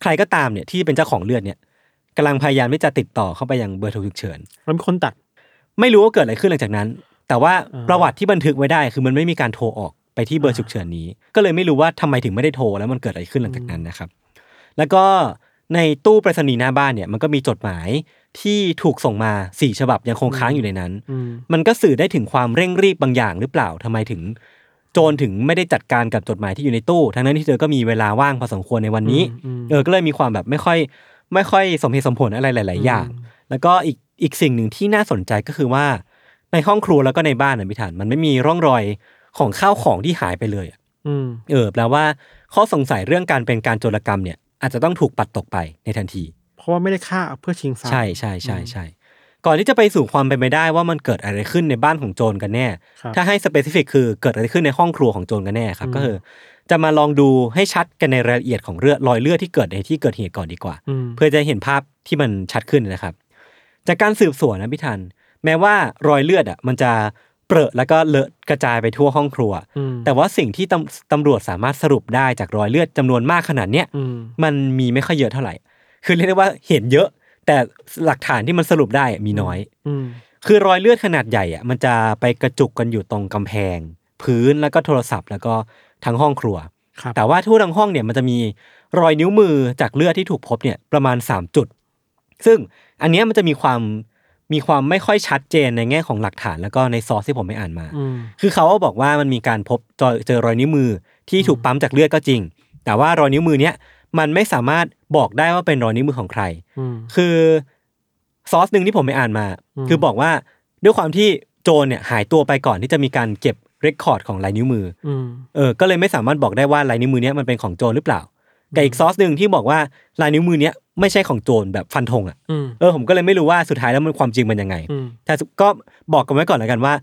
Speaker 1: ใครก็ตามเนี่ยที่เป็นเจ้าของเลือดเนี่ยกำลังพยายามที่จะติดต่อเข้าไปยังเบอร์โทรฉุกเฉิน
Speaker 2: แล้วมีคนตัด
Speaker 1: ไม่รู้ว่าเกิดอะไรขึ้นหลังจากนั้น แต่ว่า
Speaker 2: อ่า
Speaker 1: ประวัติที่บันทึกไว้ได้ คือมันไม่มีการโทรออกไปที่เบอร์ฉุกเฉินนี้ ก็เลยไม่รู้ว่าทำไมถึงไม่ได้โทรแล้วมันเกิดอะไรขึ้นหลังจากนั้นนะครับ แล้วก็ในตู้ไปรษณีย์หน้าบ้านเนี่ยมันก็มีจดหมายที่ถูกส่งมาสี่ฉบับยังคงค้างอยู่ในนั้น
Speaker 2: อืม
Speaker 1: มันก็สื่อได้ถึงความเร่งรีบบางอย่างหรือเปล่าทำไมถึง โจรถึงไม่ได้จัดการกับจดหมายที่อยู่ในตู้ ทั้งนั้นที่เธอก็มีเวลาว่างพอสมควรในวันนี้
Speaker 2: อืมอืม
Speaker 1: เออ ก็เลยมีความแบบไม่ค่อย ไม่ค่อยสมเหตุสมผลอะไรหลาย ๆ อย่าง แล้วก็อีกอีกสิ่งหนึ่งที่น่าสนใจก็คือว่า ในห้องครัวแล้วก็ในบ้านนะพิธานมันไม่มีร่องรอยของข้าวของที่หายไปเลยอะ
Speaker 2: อืม
Speaker 1: เออแปลว่าข้อสงสัยเรื่องการเป็นการโจรกรรมเนี่ย อาจจะต้องถูกปัดตกไปในทันที
Speaker 2: เพราะว่าไม่ได้ฆ่าเพื่อชิงทรัพย์
Speaker 1: ใช่ใช่ใช่ใช่ก่อนที่จะไปสู่ความเป็นไปได้ว่ามันเกิดอะไรขึ้นในบ้านของโจรกันแน่
Speaker 2: ครับ
Speaker 1: ถ้าให้สเปซิฟิกคือเกิดอะไรขึ้นในห้องครัวของโจรกันแน่ครับก็คือจะมาลองดูให้ชัดกันในรายละเอียดของเรือรอยเลือดที่เกิดในที่เกิดเหตุก่อนดีกว่า
Speaker 2: อืม
Speaker 1: เพื่อจะเห็นภาพที่มันชัดขึ้นนะครับ จากการสืบสวนนะพี่ทัน แม้ว่ารอยเลือดอ่ะมันจะเปรอะแล้วก็เลอะกระจายไปทั่วห้องครัว
Speaker 2: อืม
Speaker 1: แต่ว่าสิ่งที่ตำตำรวจสามารถสรุปได้จากรอยเลือดจำนวนมากขนาดเนี้ย
Speaker 2: อืม
Speaker 1: มันมีไม่ค่อยเยอะเท่าไหร่ คือเรียกได้ว่าเห็นเยอะ แต่หลักฐานที่มันสรุปได้มีน้อย
Speaker 2: อืม
Speaker 1: คือรอยเลือดขนาดใหญ่อะมันจะไปกระจุกกันอยู่ตรงกำแพง พื้นแล้วก็โทรศัพท์ แล้วก็ทั้งห้องครัว
Speaker 2: ครับ
Speaker 1: แต่ว่าทั่วทั้งห้องเนี่ยมันจะมีรอยนิ้วมือจากเลือดที่ถูกพบเนี่ยประมาณ 3 จุด ซึ่งอันเนี้ยมันจะมีความมีความไม่ค่อยชัดเจนในแง่ของหลักฐานแล้วก็ในซอสที่ผมไม่อ่านมา
Speaker 2: อืม
Speaker 1: คือเขาบอกว่ามันมีการพบเจอเจอรอยนิ้วมือที่ถูกปั๊มจากเลือดก็จริง แต่ว่ารอยนิ้วมือเนี้ยมันไม่สามารถบอกได้ว่าเป็นรอยนิ้วมือของใคร
Speaker 2: อืม
Speaker 1: คือซอสหนึ่งที่ผมไปอ่านมา
Speaker 2: อืม
Speaker 1: คือบอกว่าด้วยความที่โจรเนี่ยหายตัวไปก่อนที่จะมีการเก็บเรคคอร์ดของลายนิ้วมือ
Speaker 2: อืม
Speaker 1: เออก็เลยไม่สามารถบอกได้ว่าลายนิ้วมือเนี้ยมันเป็นของโจรหรือเปล่ากับอีกซอสหนึ่งที่บอกว่าลายนิ้วมือเนี้ยไม่ใช่ของโจรแบบฟันธงอ่ะ
Speaker 2: อืม
Speaker 1: เออผมก็เลยไม่รู้ว่าสุดท้ายแล้วมันความจริงมันยังไง
Speaker 2: อืม
Speaker 1: แต่สุก็บอกกันไว้ก่อนแล้วกันว่า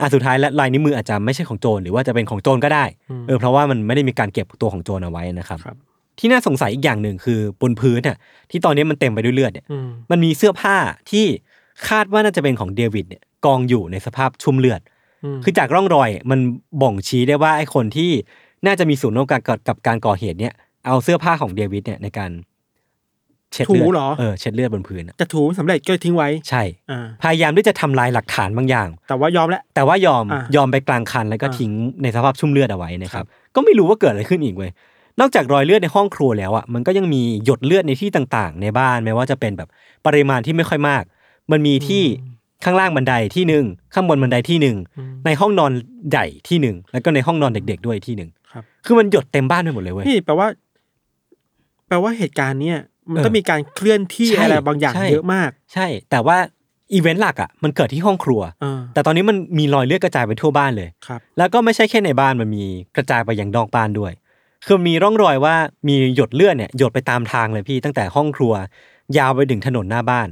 Speaker 1: อ่ะสุดท้ายแล้วลายนิ้วมืออาจจะไม่ใช่ของโจรหรือว่าจะเป็นของโจรก็ได้
Speaker 2: อืม
Speaker 1: เออเพราะว่ามันไม่ได้มีการเก็บตัวของโจรเอาไว้นะครับ
Speaker 2: ครับ
Speaker 1: ที่น่าสงสัยอีกอย่างหนึ่งคือบนพื้นน่ะที่ตอนนี้มันเต็มไปด้วยเลือดเนี่ย
Speaker 2: อืม
Speaker 1: มันมีเสื้อผ้าที่คาดว่าน่าจะเป็นของเดวิดเนี่ยกองอยู่ในสภาพชุ่มเลือด
Speaker 2: ม
Speaker 1: คือจากร่องรอยมันบ่งชี้ได้ว่าไอ้คนที่น่าจะมีส่วนร่วมกับกับการก่อเหตุเนี่ยเอาเสื้อผ้าของเดวิดเนี่ยในการเช็ดเลือด
Speaker 2: ถูเหรอ
Speaker 1: เออเช็ดเลือดบนพื้นน่ะ
Speaker 2: จะถูสำเร็จก็ทิ้งไว้
Speaker 1: ใช่
Speaker 2: อ่า
Speaker 1: พยายามที่จะทำลายหลักฐานบางอย่าง
Speaker 2: แต่ว่ายอมแล้ว
Speaker 1: แต่ว่ายอม
Speaker 2: อ่ะ
Speaker 1: ยอมไปกลางคันแล้วก็
Speaker 2: อ่ะ
Speaker 1: ทิ้งในสภาพชุ่มเลือดเอาไว้นะครั
Speaker 2: ครับ บ
Speaker 1: ก็ไม่รู้ว่าเกิดอะไรขึ้นอีกเว้ยนอกจากรอยเลือดในห้องครัวแล้วอ่ะมันก็ยังมีหยดเลือดในที่ต่างๆ ในบ้านแม้ว่าจะเป็นแบบปริมาณที่ไม่ค่อยมาก มันมีที่ข้างล่างบันไดที่หนึ่งข้างบนบันไดที่หนึ่งในห้องนอนใหญ่ที่หนึ่งแล้วก็ในห้องนอนเด็ก ๆ ด้วยที่หนึ่ง
Speaker 2: ครับ
Speaker 1: คือมันหยดเต็มบ้านไปหมดเลยเว้ย
Speaker 2: นี่แปลว่า แปลว่าเหตุการณ์เนี้ยมัน
Speaker 1: เออ
Speaker 2: ต้องมีการเคลื่อนที่
Speaker 1: ใช่
Speaker 2: อะไรบางอย่าง
Speaker 1: ใช่
Speaker 2: เยอะมาก
Speaker 1: ใช่ แต่ว่าอีเวนต์หลักอ่ะมันเกิดที่ห้องครัว
Speaker 2: เออ
Speaker 1: แต่ตอนนี้มันมีรอยเลือดกระจายไปทั่วบ้านเลย
Speaker 2: ครับ
Speaker 1: แล้วก็ไม่ใช่แค่ในบ้านมันมีกระจายไปยังนอกบ้านด้วย คือมีร่องรอยว่ามีหยดเลือดเนี่ยหยดไปตามทางเลยพี่ตั้งแต่ห้องครัว ยาวไปถึงถนนหน้าบ้าน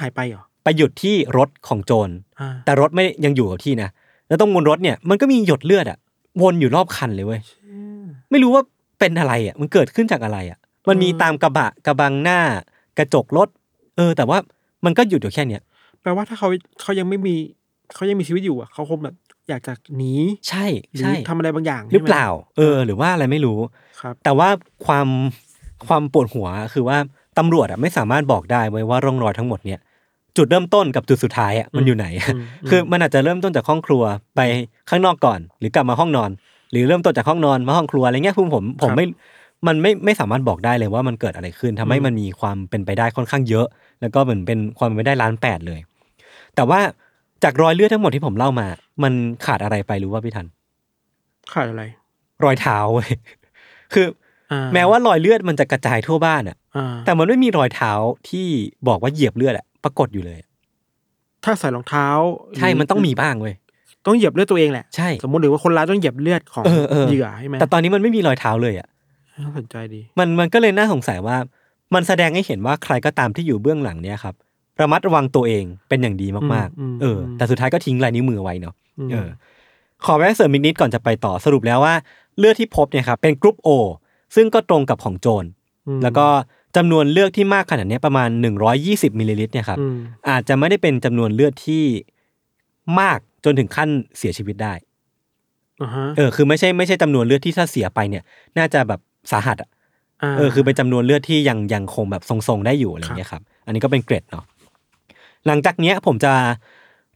Speaker 2: หายไปเหรอ
Speaker 1: ไปหยุดที่รถของโจร
Speaker 2: อ่า
Speaker 1: แต่รถไม่ยังอยู่กับที่นะ แล้วตรงบนรถเนี่ยมันก็มีหยดเลือดอะวนอยู่รอบคันเลยเว้ย ไม่รู้ว่าเป็นอะไรอะมันเกิดขึ้นจากอะไรอะมันมีตามกระบะกระบังหน้ากระจกรถ เออ แต่ว่ามันก็หยุดอยู่แค่เนี้ย
Speaker 2: แปลว่าถ้าเขาเขายังไม่มีเขายังมีชีวิตอยู่อ่ะเขาคงแบบอยากจะหนี
Speaker 1: ใช่
Speaker 2: หรือ
Speaker 1: ใช่
Speaker 2: ทำอะไรบางอย่าง
Speaker 1: หรือเปล่า
Speaker 2: ใช่ไ
Speaker 1: เออ หรือว่าอะไรไม่รู้
Speaker 2: มครับ
Speaker 1: แต่ว่าความความปวดหัวคือว่าตำรวจอะไม่สามารถบอกได้ไว้ยว่าร่องรอยทั้งหมดเนี่ย จุดเริ่มต้นกับจุดสุดท้ายอะมันอยู่ไหน
Speaker 2: อืม
Speaker 1: คือมันอาจจะเริ่มต้นจากห้องครัวไปข้างนอกก่อน หรือกลับมาห้องนอน หรือเริ่มต้นจากห้องนอนมาห้องครัวอะไรเงี้ยคุณผมผมไม่มันไม่ไม่สามารถบอกได้เลยว่ามันเกิดอะไรขึ้นทำให้มันมีความเป็นไปได้ค่อนข้างเยอะ แล้วก็เหมือนเป็นความเป็นไปได้ล้านแปดเลย แต่ว่าจากรอยเลือดทั้งหมดที่ผมเล่ามา มันขาดอะไรไปรู้ว่าพี่ทัน
Speaker 2: ขาดอะไร
Speaker 1: รอยเท้าเว้ยคือ
Speaker 2: อ่
Speaker 1: แม้ว่ารอยเลือดมันจะกระจายทั่วบ้านอะ
Speaker 2: อ่า
Speaker 1: แต่มันไม่มีรอยเท้าที่บอกว่าเหยียบเลือดอะปรากฏอยู่เลยอะ
Speaker 2: ถ้าใส่รองเท้า
Speaker 1: ใช่
Speaker 2: หรื
Speaker 1: มันต้องมีบ้างเว้ย
Speaker 2: ต้องเหยียบเลือดตัวเองแหละ
Speaker 1: ใช่
Speaker 2: สมมติหรือว่าคนร้ายต้องเหยียบเลือดของ
Speaker 1: เออเออ
Speaker 2: เหยื่อใช่ไหม
Speaker 1: แต่ตอนนี้มันไม่มีรอยเท้าเลยอะ
Speaker 2: น่าสนใจดี
Speaker 1: มันมันก็เลยน่าสงสัยว่า มันแสดงให้เห็นว่าใครก็ตามที่อยู่เบื้องหลังเนี่ยครับ ระมัดระวังตัวเองเป็นอย่างดีมาก
Speaker 2: อืมอืม
Speaker 1: ๆ เอออ
Speaker 2: ม
Speaker 1: แต่สุดท้ายก็ทิ้งลายนิ้วมือไว้เนาะ
Speaker 2: ม
Speaker 1: เออขอแวะเสริมอีกนิดก่อนจะไปต่อสรุปแล้วว่าเลือดที่พบเนี่ยครับเป็นกรุ๊ปโอซึ่งก็ตรงกับของโจร
Speaker 2: ม
Speaker 1: แล้วก็จำนวนเลือดที่มากขนาดเนี้ยประมาณ 120มิลลิลิตรเนี่ยครับ
Speaker 2: อืม
Speaker 1: อาจจะไม่ได้เป็นจำนวนเลือดที่มากจนถึงขั้นเสียชีวิตได้
Speaker 2: อ่าฮะ
Speaker 1: เออคือไม่ใช่ไม่ใช่จำนวนเลือดที่ถ้าเสียไปเนี่ย น่าจะแบบสาหัสอ่ะ
Speaker 2: า
Speaker 1: เออคือเป็นจำนวนเลือดที่ยังยังคงแบบทรงๆได้อยู่อะไรเงี้ยครับ อันนี้ก็เป็นเกร็ดเนาะหลังจากเนี้ยผมจะ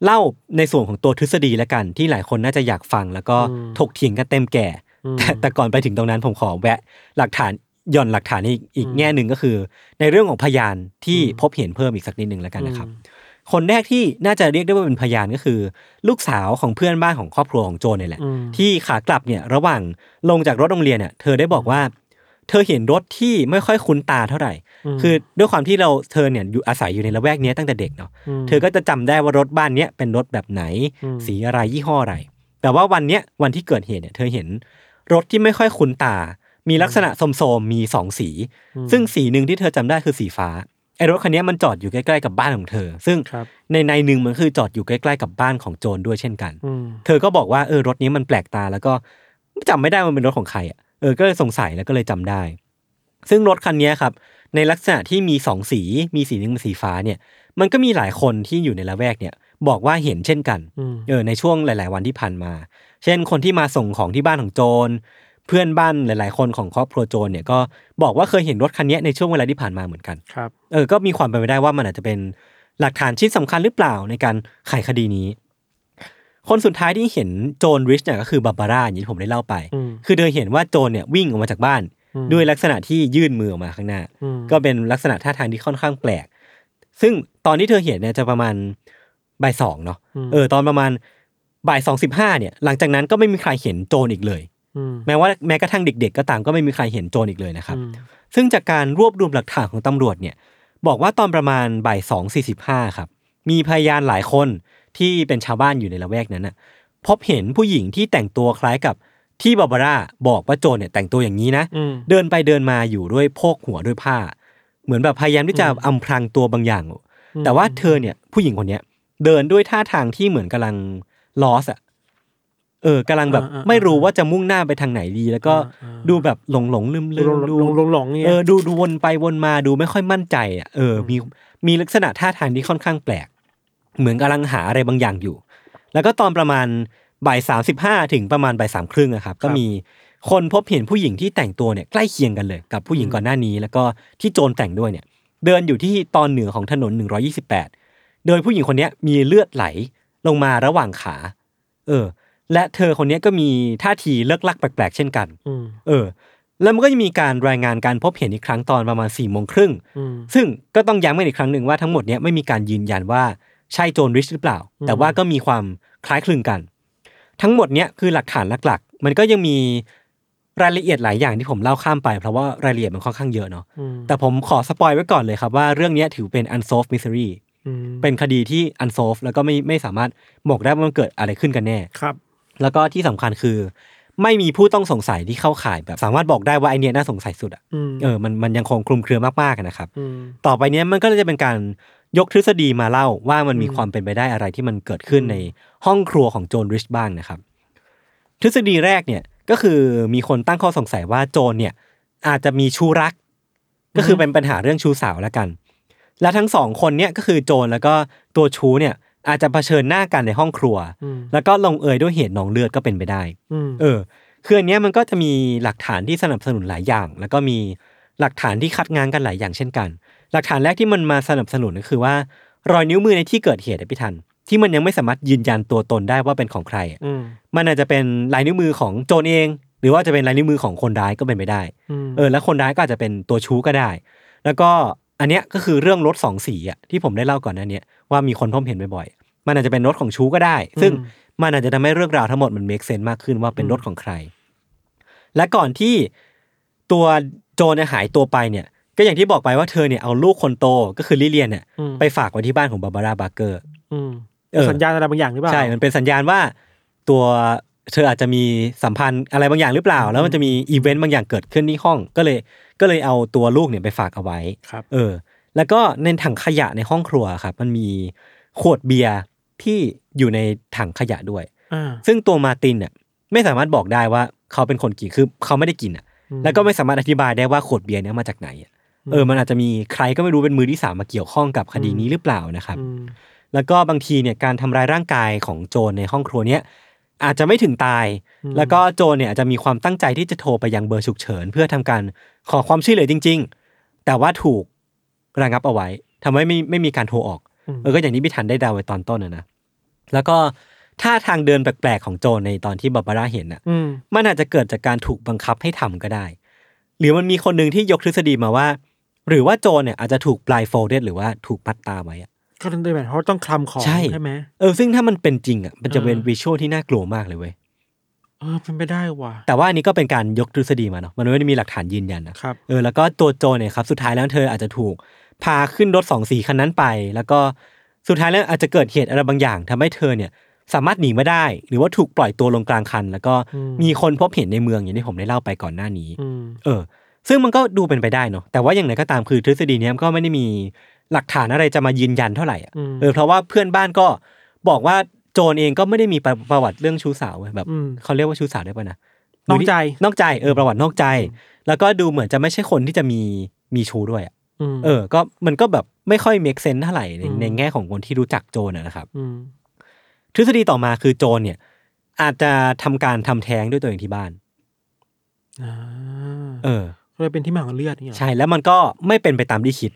Speaker 1: เล่าในส่วนของตัวทฤษฎีละกัน ที่หลายคนน่าจะอยากฟัง แล้วก็
Speaker 2: อืม
Speaker 1: ถกเถียงกันเต็มแก่
Speaker 2: อืม
Speaker 1: แต่แต่ก่อนไปถึงตรงนั้นผมขอแวะหลักฐานหย่อนหลักฐานอีกอีกแง่หนึ่งก็คือ ในเรื่องของพยานที่
Speaker 2: อืม
Speaker 1: พบเห็นเพิ่มอีกสักนิดหนึ่งแล้วกันนะครับ
Speaker 2: อืม
Speaker 1: คนแรกที่น่าจะเรียกได้ว่าเป็นพยานก็คือ ลูกสาวของเพื่อนบ้านของครอบครัวของโจนเนี่ยแหละ
Speaker 2: อืม
Speaker 1: ที่ขากลับเนี่ยระหว่างลงจากรถโรงเรียนเนี่ยเธอได้บอกว่า เ เธอเห็นรถที่ไม่ค่อยคุ้นตาเท่าไหร่
Speaker 2: ม
Speaker 1: คือด้วยความที่เราเธอเนี่ยอยู่อาศัยอยู่ในละแวกเนี้ยตั้งแต่เด็กเนาะ
Speaker 2: ม
Speaker 1: เธอก็จะจำได้ว่ารถบ้านเนี้ยเป็นรถแบบไหน
Speaker 2: อืม
Speaker 1: สีอะไรยี่ห้ออะไร แต่ว่าวันเนี้ยวันที่เกิดเหตุเนี่ยเธอเห็นรถที่ไม่ค่อยคุ้นตา มีลักษณะสมโสมๆมีสองสี
Speaker 2: ม
Speaker 1: ซึ่งสีหนึ่งที่เธอจำได้คือสีฟ้าไอ้รถคันเนี้ยมันจอดอยู่ใกล้ๆกับบ้านของเธอ ซึ่ง
Speaker 2: ครับ
Speaker 1: ในในหนึ่งมันคือจอดอยู่ใกล้ๆกับบ้านของโจรด้วยเช่นกัน
Speaker 2: อืม
Speaker 1: เธอก็บอกว่าเออรถนี้มันแปลกตาแล้วก็จำไม่ได้มันเป็นรถของใครอ่ะเออก็เลยสงสัยแล้วก็เลยจำได้ ซึ่งรถคันเนี้ยครับ ในลักษณะที่มีสองสีมีสีหนึงเป็นสีฟ้าเนี่ย มันก็มีหลายคนที่อยู่ในละแวกเนี่ย บอกว่าเห็นเช่นกัน
Speaker 2: อืม
Speaker 1: เออในช่วงหลาย ๆ วันที่ผ่านมา เช่นคนที่มาส่งของที่บ้านของโจร เพื่อนบ้านหลาย ๆ คนของครอบครัวโจรเนี่ยก็บอกว่าเคยเห็นรถคันเนี้ยในช่วงเวลาที่ผ่านมาเหมือนกัน
Speaker 2: ครับ
Speaker 1: เออ ก็มีความเป็นไปได้ว่ามันอาจจะเป็นหลักฐานชิ้นสำคัญหรือเปล่าในการไขคดีนี้ คนสุดท้ายที่เห็นโจนริชเนี่ยก็คือบาบาร่าอย่างที่ผมได้เล่าไป
Speaker 2: อืม
Speaker 1: คือเธอเห็นว่าโจนเนี่ยวิ่งออกมาจากบ้าน
Speaker 2: อืม
Speaker 1: ด้วยลักษณะที่ยื่นมือออกมาข้างหน้า
Speaker 2: อืม
Speaker 1: ก็เป็นลักษณะท่าทางที่ค่อนข้างแปลก ซึ่งตอนที่เธอเห็นเนี่ยจะประมาณบ่ายสองเนาะ
Speaker 2: ม
Speaker 1: เออ ตอนประมาณบ่ายสองสิบห้าเนี่ย หลังจากนั้นก็ไม่มีใครเห็นโจนอีกเลย
Speaker 2: ม
Speaker 1: แม้ว่าแม้กระทั่งเด็ก ๆ ก็ตามก็ไม่มีใครเห็นโจนอีกเลยนะครับ
Speaker 2: อืม
Speaker 1: ซึ่งจากการรวบรวมหลักฐานของตำรวจเนี่ยบอกว่าตอนประมาณบ่ายสองสี่สิบห้าครับ มีพยานหลายคนที่เป็นชาวบ้านอยู่ในละแวกนั้นน่ะพบเห็นผู้หญิงที่แต่งตัวคล้ายกับที่บาบาร่าบอกว่าโจรเนี่ยแต่งตัวอย่างนี้นะ
Speaker 2: อืม
Speaker 1: เดินไปเดินมาอยู่ด้วยโพกหัวด้วยผ้า เหมือนแบบพยายามที่จะ
Speaker 2: อืม
Speaker 1: อำพรางตัวบางอย่าง
Speaker 2: อืม
Speaker 1: แต่ว่าเธอเนี่ยผู้หญิงคนเนี้ยเดินด้วยท่าทางที่เหมือนกำลังลอสอะเออกำลังแบบ
Speaker 2: อ่าๆๆ
Speaker 1: ไม่รู้ว่าจะมุ่งหน้าไปทางไหนดี แล้วก็ดูแบบหลงหลงลืมลื
Speaker 2: ล
Speaker 1: ม
Speaker 2: ง
Speaker 1: ๆดู
Speaker 2: ลงลงหลงเนี่ย
Speaker 1: เออดูดูวนไปวนมาดูไม่ค่อยมั่นใจอ่ะเออมีมีลักษณะท่าทางที่ค่อนข้างแปลก เหมือนกำลังหาอะไรบางอย่างอยู่ แล้วก็ตอนประมาณบ่ายสามสิบห้าถึงประมาณบ่ายสามครึ่งนะครับ ก็มีคนพบเห็นผู้หญิงที่แต่งตัวเนี่ยใกล้เคียงกันเลยกับผู้หญิงก่อนหน้านี้ แล้วก็ที่โจรแต่งด้วยเนี่ย เดินอยู่ที่ตอนเหนือของถนน 128 โดยผู้หญิงคนเนี้ยมีเลือดไหลลงมาระหว่างขา เออ และเธอคนเนี้ยก็มีท่าทีเลิกลักแปลกๆเช่นกัน
Speaker 2: อืม
Speaker 1: เออ แล้วมันก็จะมีการรายงานการพบเห็นอีกครั้งตอนประมาณ4ี่โมงครึ่ง
Speaker 2: อืม
Speaker 1: ซึ่งก็ต้องย้ำกันอีกครั้งหนึ่งว่าทั้งหมดเนี้ยไม่มีการยืนยันว่าใช่โจนริชหรือเปล่า
Speaker 2: อืม
Speaker 1: แต่ว่าก็มีความคล้ายคลึงกัน ทั้งหมดเนี้ยคือหลักฐานหลักๆ มันก็ยังมีรายละเอียดหลายอย่างที่ผมเล่าข้ามไป เพราะว่ารายละเอียดมันค่อนข้างเยอะเนาะ
Speaker 2: อืม
Speaker 1: แต่ผมขอสปอยไว้ก่อนเลยครับว่าเรื่องเนี้ยถือเป็น unsolved mystery
Speaker 2: อืม
Speaker 1: เป็นคดีที่ unsolved แล้วก็ไม่ไม่สามารถบอกได้ว่ามันเกิดอะไรขึ้นกันแน่
Speaker 2: ครับ
Speaker 1: แล้วก็ที่สำคัญคือ ไม่มีผู้ต้องสงสัยที่เข้าข่ายแบบ สามารถบอกได้ว่าไอเนี้ยน่าสงสัยสุดอะ
Speaker 2: อืม
Speaker 1: เออมันมันยังคงคลุมเครือมากๆอะนะครับ
Speaker 2: อืม
Speaker 1: ต่อไปเนี้ยมันก็เลยจะเป็นการยกทฤษฎีมาเล่าว่ามันมี
Speaker 2: อืม
Speaker 1: ความเป็นไปได้อะไรที่มันเกิดขึ้นในห้องครัวของโจนริชบ้างนะครับ ทฤษฎีแรกเนี่ยก็คือมีคนตั้งข้อสงสัยว่าโจนเนี่ยอาจจะมีชู้รัก ก็คือเป็นปัญหาเรื่องชู้สาวแล้วกัน และทั้งสองคนเนี่ยก็คือโจนแล้วก็ตัวชู้เนี่ยอาจจะเผชิญหน้ากันในห้องครัว
Speaker 2: อืม
Speaker 1: แล้วก็ลงเอยด้วยเหตุหนองเลือดก็เป็นไปได้
Speaker 2: อืม
Speaker 1: เออ คืออันเนี้ยมันก็จะมีหลักฐานที่สนับสนุนหลายอย่าง แล้วก็มีหลักฐานที่คัดงานกันหลายอย่างเช่นกัน หลักฐานแรกที่มันมาสนับสนุนก็คือว่า รอยนิ้วมือในที่เกิดเหตุอะพี่ทัน ที่มันยังไม่สามารถยืนยันตัวตนได้ว่าเป็นของใครอะ
Speaker 2: อืม
Speaker 1: มันอาจจะเป็นลายนิ้วมือของโจรเอง หรือว่าจะเป็นลายนิ้วมือของคนร้ายก็เป็นไปได้
Speaker 2: อืม
Speaker 1: เออ แล้วคนร้ายก็อาจจะเป็นตัวชู้ก็ได้ แล้วก็อันเนี้ยก็คือเรื่องรถสองสีอะที่ผมได้เล่าก่อนหนั้นเนี้ยว่ามีคนพบเห็นบ่อยๆ มันอาจจะเป็นรถของชู้ก็ได้ ซึ่ง มันอาจจะทำให้เรื่องราวทั้งหมดมันเมคเซน s e มากขึ้นว่าเป็นรถของใคร และก่อนที่ตัวโจรเนี่ยหายตัวไปเนี่ย ก็อย่างที่บอกไปว่าเธอเนี่ยเอาลูกคนโตก็คือลิเลียนเนี่ย
Speaker 2: อืม
Speaker 1: ไปฝากไว้ที่บ้านของบาบาร่าบาร์เกอร์
Speaker 2: อืม
Speaker 1: เออ
Speaker 2: สัญญาณอะไรบางอย่างหรือเปล่า
Speaker 1: ใช่ มันเป็นสัญญาณว่าตัวเธออาจจะมีสัมพันธ์อะไรบางอย่างหรือเปล่า แล้วมันจะมีอีเวนต์บางอย่างเกิดขึ้นที่ห้อง ก็เลยก็เลยเอาตัวลูกเนี่ยไปฝากเอาไว้
Speaker 2: ครับ
Speaker 1: เออ แล้วก็ในถังขยะในห้องครัวครับมันมีขวดเบียร์ที่อยู่ในถังขยะด้วย
Speaker 2: อ่า
Speaker 1: ซึ่งตัวมาร์ตินเนี่ยไม่สามารถบอกได้ว่าเขาเป็นคนกินคือเขาไม่ได้กินอ่ะ แล้วก็ไม่สามารถอธิบายได้ว่าขวดเบียร์เนี้ยมาจากไหนอะเออมันอาจจะมีใครก็ไม่รู้เป็นมือที่สามมาเกี่ยวข้องกับคดีนี้หรือเปล่านะครับ
Speaker 2: อืม
Speaker 1: แล้วก็บางทีเนี่ยการทำร้ายร่างกายของโจรในห้องครัวเนี้ยอาจจะไม่ถึงตาย
Speaker 2: อืม
Speaker 1: แล้วก็โจรเนี่ยอาจจะมีความตั้งใจที่จะโทรไปยังเบอร์ฉุกเฉิน เพื่อทำการขอความช่วยเหลือจริง ๆ แต่ว่าถูกระงับเอาไว้ทำให้ไม่ไม่มีการโทรออก
Speaker 2: อืม
Speaker 1: เออก็อย่างที่พี่ทันได้เดาไว้ตอนต้นนะนะ แล้วก็ท่าทางเดินแปลกๆของโจนในตอนที่บาบาร่าเห็นน่ะ
Speaker 2: อืม
Speaker 1: มันอาจจะเกิดจากการถูกบังคับให้ทำก็ได้ หรือมันมีคนหนึ่งที่ยกทฤษฎีมาว่า หรือว่าโจนเนี่ยอาจจะถูก blindfolded หรือว่าถูกพัดตาไว้อะ
Speaker 2: ก็ต้องได้แบบเขาต้องคลำของ
Speaker 1: ใช่
Speaker 2: ใช่ไหม
Speaker 1: เออซึ่งถ้ามันเป็นจริงอ่ะมันจะเป็น
Speaker 2: เออ
Speaker 1: วิชวลที่น่ากลัวมากเลยเว้ย
Speaker 2: เออเป็นไปได้ว่ะ
Speaker 1: แต่ว่าอันนี้ก็เป็นการยกทฤษฎีมาเนาะมันไม่ได้มีหลักฐานยืนยันนะครับ เออแล้วก็ตัวโจเนี่ยครับสุดท้ายแล้วเธออาจจะถูกพาขึ้นรถสองสีคันนั้นไป แล้วก็สุดท้ายแล้วอาจจะเกิดเหตุอะไรบางอย่างทำให้เธอเนี่ยสามารถหนีมาได้ หรือว่าถูกปล่อยตัวลงกลางคัน แล้วก็
Speaker 2: อืม
Speaker 1: มีคนพบเห็นในเมืองอย่างที่ผมได้เล่าไปก่อนหน้านี้
Speaker 2: อืม
Speaker 1: เออ ซึ่งมันก็ดูเป็นไปได้เนาะ แต่ว่าอย่างไรก็ตามคือทฤษฎีเนี้ยมันก็ไม่ได้มีหลักฐานอะไรจะมายืนยันเท่าไหร่อะ
Speaker 2: อืม
Speaker 1: เออ เพราะว่าเพื่อนบ้านก็บอกว่าโจนเองก็ไม่ได้มีประประวัติเรื่องชู้สาวเว้ยแบบ
Speaker 2: อืม
Speaker 1: เขาเรียกว่าชู้สาวได้ป่ะนะ
Speaker 2: นอกใจ
Speaker 1: ดูที่นอกใจ เออ ประวัตินอกใจ แล้วก็ดูเหมือนจะไม่ใช่คนที่จะมีมีชู้ด้วยอะ
Speaker 2: อืม
Speaker 1: เออ ก็มันก็แบบไม่ค่อยเมคเซนเท่าไหร่ใน
Speaker 2: อืม
Speaker 1: ในแง่ของคนที่รู้จักโจนอะนะครับ
Speaker 2: อืม
Speaker 1: ทฤษฎีต่อมาคือโจนเนี่ย อาจจะทำการทำแท้งด้วยตัวเองที่บ้าน
Speaker 2: อ่า
Speaker 1: เออ
Speaker 2: ก็เลยเป็นที่มาของเลือดเนี่ยเหรอ
Speaker 1: ใช่ แล้วมันก็ไม่เป็นไปตามที่คิด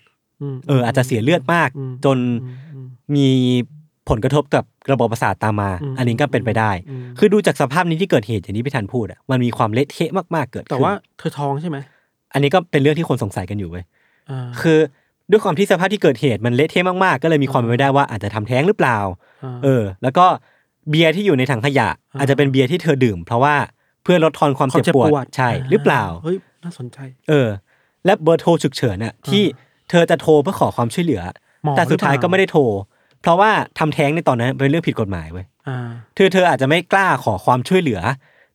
Speaker 2: ม
Speaker 1: เอออาจจะเสียเลือดมาก
Speaker 2: อืม
Speaker 1: จน
Speaker 2: อืมอืม
Speaker 1: มีผลกระทบกับระบบประสาทตามมา
Speaker 2: อืม
Speaker 1: อันนี้ก็เป็นไปได้
Speaker 2: อืม
Speaker 1: คือดูจากสภาพนี้ที่เกิดเหตุอย่างนี้พี่ทันพูดอะมันมีความเละเทะมากๆเกิดขึ้น
Speaker 2: แต่ว่าเธอท้องใช่ไหม
Speaker 1: อันนี้ก็เป็นเรื่องที่คนสงสัยกันอยู่เว้ย
Speaker 2: อ่า
Speaker 1: คือด้วยความที่สภาพที่เกิดเหตุมันเละเทะมากๆ ก็เลยมีความเป็นไปได้ว่าอาจจะทำแท้งหรือเปล่า
Speaker 2: า
Speaker 1: เออ แล้วก็เบียร์ที่อยู่ในถังขยะ
Speaker 2: อ่า
Speaker 1: อาจจะเป็นเบียร์ที่เธอดื่ม เพราะว่าเพื่อลดทอนความเจ็บปวดใช่ หรือเปล่า
Speaker 2: เฮ้ยน่าสนใจ
Speaker 1: เออ และเบอร์โทรฉุกเฉินอะที่เธอจะโทรเพื่อขอความช่วยเหลือ
Speaker 2: หมอ
Speaker 1: แต่สุดท้าย
Speaker 2: หรือเป
Speaker 1: ก็
Speaker 2: ล่า
Speaker 1: ไม่ได้โทร เพราะว่าทำแท้งในตอนนั้นเป็นเรื่องผิดกฎหมายเว้ย
Speaker 2: อ่า
Speaker 1: เธอเธออาจจะไม่กล้าขอความช่วยเหลือ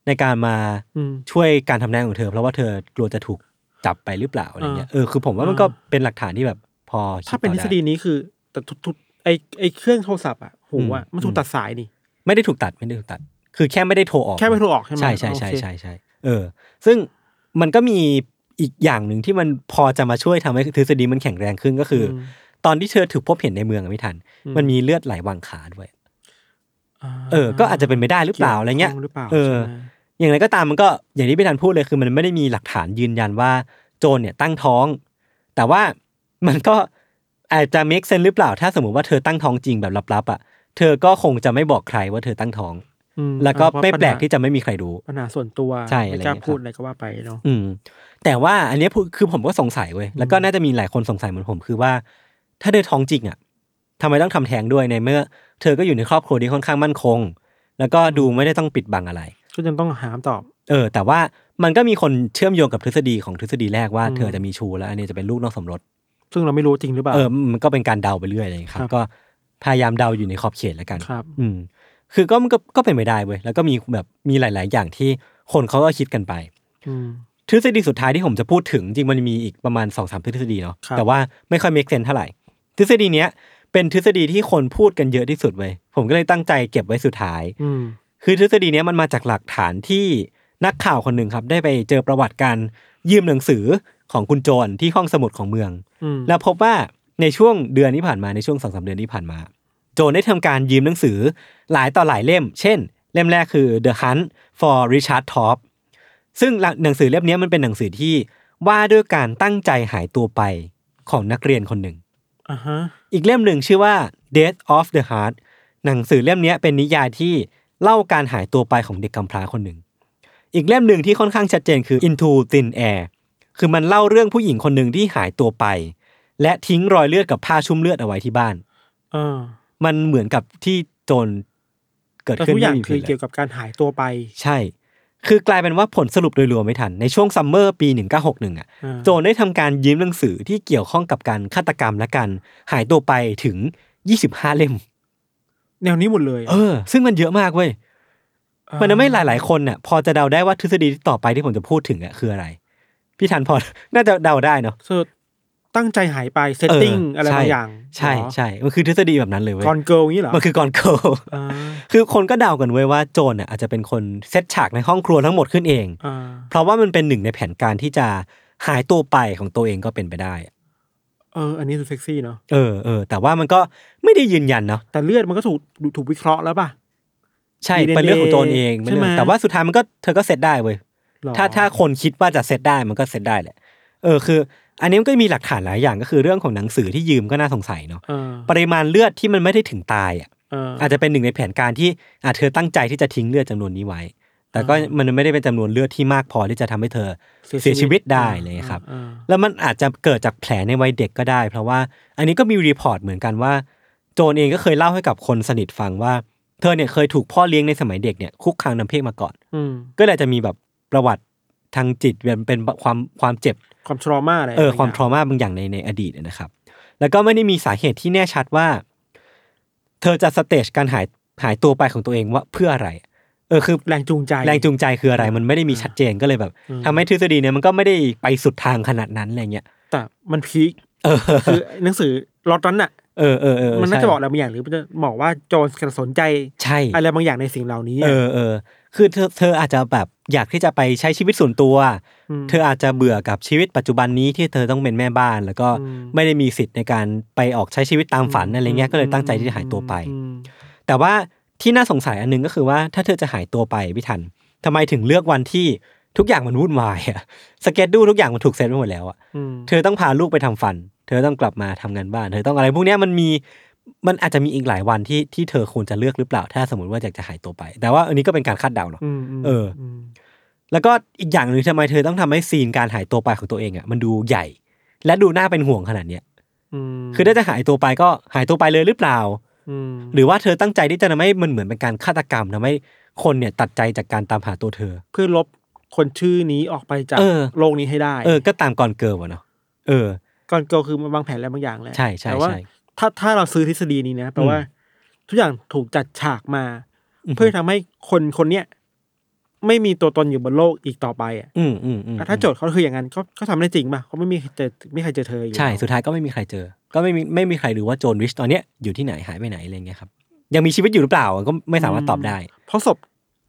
Speaker 1: ในการมา
Speaker 2: อืม
Speaker 1: ช่วยการทำแท้งของเธอ เพราะว่าเธอกลัวจะถูกจับไปหรือเปล่าอะไรเงี้ย เออคือผมว่ามันก็
Speaker 2: อ่า
Speaker 1: เป็นหลักฐานที่แบบพอคิ
Speaker 2: ถ้าเป็น
Speaker 1: ต่
Speaker 2: ท
Speaker 1: อ
Speaker 2: ฤ
Speaker 1: ไ
Speaker 2: ษฎีนี้คือ แต่ทุกทุกไอไอเครื่องโทรศัพท์อะหูอะ
Speaker 1: อืม
Speaker 2: มันถูกตัดสายนี่
Speaker 1: ไม่ได้ถูกตัดไม่ได้ถูกตัด คือแค่ไม่ได้โทรออก
Speaker 2: แค่ไม่โทรออกใช่ไหม
Speaker 1: ใช่ใช่ใช่
Speaker 2: โอเค
Speaker 1: ใช่ใช่เออ ซึ่งมันก็มีอีกอย่างหนึ่งที่มันพอจะมาช่วยทำให้ทฤษฎีมันแข็งแรงขึ้นก็คือ
Speaker 2: ม
Speaker 1: ตอนที่เธอถูกพบเห็นในเมืองอะไม่ทัน
Speaker 2: อืม
Speaker 1: มันมีเลือดไหลวางขาด้วย
Speaker 2: อา
Speaker 1: เออ ก็อาจจะเป็นไปได้หรือเปล่าอะไรเงี้ย
Speaker 2: กี่วข้หรือเปล่า
Speaker 1: เออ
Speaker 2: ใช่ไหม
Speaker 1: อย่างไรก็ตามมันก็อย่างที่พี่ธันพูดเลยคือมันไม่ได้มีหลักฐานยืนยันว่าโจนเนี่ยตั้งท้อง แต่ว่ามันก็อาจจะ make sense หรือเปล่า ถ้าสมมติว่าเธอตั้งท้องจริงแบบลับๆอ่ะเธอก็คงจะไม่บอกใครว่าเธอตั้งท้อง
Speaker 2: อืม
Speaker 1: แล้วก็
Speaker 2: เพราะ
Speaker 1: ไม่แปลก
Speaker 2: ญหา
Speaker 1: ที่จะไม่มีใครรู้
Speaker 2: ปัญหาส่วนตัว
Speaker 1: ใช่
Speaker 2: ไม่
Speaker 1: อะไร
Speaker 2: กล้า
Speaker 1: เงี้ย
Speaker 2: พูดอะไรก็ว่าไปเนาะ
Speaker 1: อืม แต่ว่าอันเนี้ยคือคือผมก็สงสัยเว้ยแล้วก็น่าจะมีหลายคนสงสัยเหมือนผมคือว่า ถ้าเธอท้องจริงอ่ะทำไมต้องทำแท้งด้วยในเมื่อ เธอก็อยู่ในครอบครัวที่ค่อนข้างมั่นคง แล้วก็ดูไม่ได้ต้องปิดบังอะไร
Speaker 2: ก็ยังต้องหามตอบ
Speaker 1: เออแต่ว่ามันก็มีคนเชื่อมโยงกับทฤษฎีของทฤษฎีแรกว่า
Speaker 2: อืม
Speaker 1: เธอจะมีชูแล้วอันนี้จะเป็นลูกนอกสมรส
Speaker 2: ซึ่งเราไม่รู้จริงหรือเปล่า
Speaker 1: เออมันก็เป็นการเดาไปเรื่อยอะไรอย่างเลยครั
Speaker 2: ครับ บ
Speaker 1: ก็พยายามเดาอยู่ในขอบเขตแล้วกัน
Speaker 2: ครับ
Speaker 1: อืมคือก็มันก็ก็เป็นไปได้เว้ยแล้วก็มีแบบมีหลาย ๆ อย่างที่คนเขาก็คิดกันไป
Speaker 2: อืม
Speaker 1: ทฤษฎีสุดท้ายที่ผมจะพูดถึงจริงมันมีอีกประมาณสองสามทฤษฎีเนาะ
Speaker 2: ครับ
Speaker 1: แต่ว่าไม่ค่อยเมคเซนเท่าไหร่ ทฤษฎีเนี้ยเป็นทฤษฎีที่คนพูดกันเยอะที่สุดเว้ยผมก็เลยตั้งใจเก็บไว้สุดท้าย
Speaker 2: อืม
Speaker 1: คือทฤษฎีเนี้ยมันมาจากหลักฐานที่นักข่าวคนหนึ่งครับ ได้ไปเจอประวัติการยืมหนังสือของคุณโจรที่ห้องสมุดของเมือง
Speaker 2: อืม
Speaker 1: แล้วพบว่าในช่วงเดือนที่ผ่านมาในช่วงสองสามเดือนที่ผ่านมา โจรได้ทำการยืมหนังสือหลายต่อหลายเล่ม เช่น เล่มแรกคือ The Hunt for Richard t o p ซึ่งหนังสือเล่มเนี้ยมันเป็นหนังสือที่ว่าด้วยการตั้งใจหายตัวไปของนักเรียนคนหนึ่ง
Speaker 2: อ่าฮะ
Speaker 1: อีกเล่มหนึ่งชื่อว่า Death of the Heart หนังสือเล่มเนี้ยเป็นนิยายที่เล่าการหายตัวไปของเด็กกำพร้าคนหนึ่ง อีกเล่มหนึ่งที่ค่อนข้างชัดเจนคือ Into Thin Air คือมันเล่าเรื่องผู้หญิงคนหนึ่งที่หายตัวไป และทิ้งรอยเลือดกับผ้าชุ่มเลือดเอาไว้ที่บ้าน
Speaker 2: เออ
Speaker 1: มันเหมือนกับที่โจรเกิด
Speaker 2: แต่
Speaker 1: ขึ้น
Speaker 2: ทุกอย่าง
Speaker 1: ไม่มี
Speaker 2: คือ
Speaker 1: ผิดล
Speaker 2: เกี่ยวกับการหายตัวไป
Speaker 1: ใช่ คือกลายเป็นว่าผลสรุปโดยรวมไม่ทัน ในช่วงซัมเมอร์ปี 1961อ่ะ
Speaker 2: อ่า
Speaker 1: โจนได้ทำการยืมหนังสือที่เกี่ยวข้องกับการฆาตกรรมและการหายตัวไปถึง 25 เล่ม
Speaker 2: แนวนี้หมดเลย
Speaker 1: เออ ซึ่งมันเยอะมากเว้ย มันทำให้หลาย ๆ คนน่ะ พอจะเดาได้ว่าทฤษฎีที่ต่อไปที่ผมจะพูดถึงอ่ะคืออะไร พี่ทันพอ น่าจะเดาได้เนาะ
Speaker 2: เออตั้งใจหายไปเซต
Speaker 1: เออ
Speaker 2: ติ้งอะไร
Speaker 1: ใช่
Speaker 2: บางอย่าง
Speaker 1: ใช่ใช่มันคือทฤษฎีแบบนั้นเลยเว้ย
Speaker 2: คอนเกิลนี้เหรอ
Speaker 1: มันคือกอนเกิล
Speaker 2: อ่า
Speaker 1: คือคนก็เดากันเว้ยว่าโจนน่ะอาจจะเป็นคนเซตฉากในห้องครัวทั้งหมดขึ้นเอง
Speaker 2: อ่า
Speaker 1: เพราะว่ามันเป็นหนึ่งในแผนการที่จะหายตัวไปของตัวเองก็เป็นไปได้
Speaker 2: เออ อันนี้ดูเซ็กซี่เนาะ
Speaker 1: เออเออ แต่ว่ามันก็ไม่ได้ยืนยันเนาะ
Speaker 2: แต่เลือดมันก็ถูกถูกวิเคราะห์แล้วป่ะ
Speaker 1: ใช่
Speaker 2: DNA
Speaker 1: เป็นเรื่องของโจนเองเป็นเรื่อง
Speaker 2: ใช่ไหม
Speaker 1: แต่ว่าสุดท้ายมันก็เธอก็เสร็จได้เว้ย
Speaker 2: หรอ
Speaker 1: ถ้าถ้าคนคิดว่าจะเสร็จได้มันก็เสร็จได้แหละ เออ คือ อันนี้มันก็มีหลักฐานหลายอย่างก็คือเรื่องของหนังสือที่ยืมก็น่าสงสัยเนาะ
Speaker 2: เออ
Speaker 1: ปริมาณเลือดที่มันไม่ได้ถึงตายอ่ะ
Speaker 2: เอออ
Speaker 1: อาจจะเป็นหนึ่งในแผนการที่อาจเธอตั้งใจที่จะทิ้งเลือดจำนวนนี้ไว้ แต่ก็
Speaker 2: อ่ามั
Speaker 1: มันไม่ได้เป็นจำนวนเลือดที่มากพอที่จะทำให้เธอเสียชีวิตได้อะไรอย่างเลยครับ
Speaker 2: อ่าอ่า
Speaker 1: แล้วมันอาจจะเกิดจากแผลในวัยเด็กก็ได้ เพราะว่าอันนี้ก็มีรีพอร์ตเหมือนกันว่า โจนเองก็เคยเล่าให้กับคนสนิทฟังว่า เธอเนี่ยเคยถูกพ่อเลี้ยงในสมัยเด็กเนี่ยคุกคามน้ำเพกมาก่อน
Speaker 2: อืม
Speaker 1: ก็เลยจะมีแบบประวัติทางจิตเป็นเป็นความความเจ็บ
Speaker 2: ความทรมาอะไร
Speaker 1: เออความทร
Speaker 2: อ
Speaker 1: มาบางอย่างในในอดีตอะนะครับ แล้วก็ไม่ได้มีสาเหตุที่แน่ชัดว่า เธอจะสเตจการหายหายตัวไปของตัวเองว่าเพื่ออะไร เออคือ
Speaker 2: แรงจูงใจ
Speaker 1: แรงจูงใจคืออะไร มันไม่ได้มีชัดเจนก็เลยแบบ
Speaker 2: อืม
Speaker 1: ทำให้ทฤษฎีเนี่ยมันก็ไม่ได้ไปสุดทางขนาดนั้นอะไรเงี้ย
Speaker 2: แต่มันพีค
Speaker 1: เออ
Speaker 2: คือหนังสือล็อตนั้นน่ะ
Speaker 1: เออเออเออ
Speaker 2: มันน่า
Speaker 1: ใช่
Speaker 2: จะบอกอะไรบางอย่างหรือมันจะบอกว่าโจนสนใจ
Speaker 1: ใช่
Speaker 2: อะไรบางอย่างในสิ่งเหล่านี้
Speaker 1: เอ
Speaker 2: อะ
Speaker 1: อเออคือเธอเธออาจจะแบบอยากที่จะไปใช้ชีวิตส่วนตัว
Speaker 2: ม
Speaker 1: เธออาจจะเบื่อกับชีวิตปัจจุบันนี้ที่เธอต้องเป็นแม่บ้าน แล้วก็
Speaker 2: อืม
Speaker 1: ไม่ได้มีสิทธิ์ในการไปออกใช้ชีวิตตามฝันอะไรเงี้ยก็เลยตั้งใจที่จะหายตัวไป
Speaker 2: อืม
Speaker 1: แต่ว่าที่น่าสงสัยอันหนึงก็คือว่าถ้าเธอจะหายตัวไปพี่ทันทำไมถึงเลือกวันที่ทุกอย่างมันวุ่นวายอะสเก็ตดูทุกอย่างมันถูกเซ็ตไปหมดแล้วอะ
Speaker 2: อืม
Speaker 1: เธอต้องพาลูกไปทำฟัน เธอต้องกลับมาทำงานบ้าน เธอต้องอะไรพวกเนี้ยมันมีมันอาจจะมีอีกหลายวันที่ที่เธอควรจะเลือกหรือเปล่า ถ้าสมมติว่าอยากจะหายตัวไป แต่ว่าอันนี้ก็เป็นการคาดเดาเนาะ
Speaker 2: มม
Speaker 1: เออ
Speaker 2: ม
Speaker 1: แล้วก็อีกอย่างหนึ่งทำไมเธอต้องทำให้ซีนการหายตัวไปของตัวเองอะมันดูใหญ่ และดูน่าเป็นห่วงขนาดเนี้ย
Speaker 2: ม
Speaker 1: คือถ้าจะหายตัวไปก็หายตัวไปเลยหรือเปล่า
Speaker 2: อืม
Speaker 1: หรือว่าเธอตั้งใจที่จะทำให้มันเหมือนเป็นการฆาตกรรมทำให้คนเนี่ยตัดใจจากการตามหาตัวเธอ
Speaker 2: เพื่อลบคนชื่อนี้ออกไปจาก
Speaker 1: เออ
Speaker 2: โลกนี้ให้ได้
Speaker 1: เออ ก็ตามก่อนเกิร์ลอะเนาะเออ
Speaker 2: ก่อนเกลคือมันวางแผนอะไรบางอย่างแหละ
Speaker 1: ใช่ใช่
Speaker 2: แต่ว่า
Speaker 1: ใช่
Speaker 2: ถ้าถ้าเราซื้อทฤษฎีนี้นะแปล
Speaker 1: อืม
Speaker 2: ว่า ทุกอย่างถูกจัดฉากมา เพื่อทำให้คนคนเนี้ยไม่มีตัวตนอยู่บนโลกอีกต่อไปอ่ะ
Speaker 1: อืมอืมอืม
Speaker 2: ถ้าโจทย์เขาคืออย่างนั้นเขาเขาทำได้จริงป่ะเขาไม่มีใครเจอไม่มีใครเจอเธออยู่
Speaker 1: ใช่
Speaker 2: แล้ว
Speaker 1: สุดท้ายก็ไม่มีใครเจอ ก็ไม่มีไม่มีใครรู้ว่าโจนวิชตอนเนี้ยอยู่ที่ไหนหายไปไหนอะไรเงี้ยครับยังมีชีวิตอยู่หรือเปล่าก็ไม่สามารถตอบได้
Speaker 2: เพราะศพ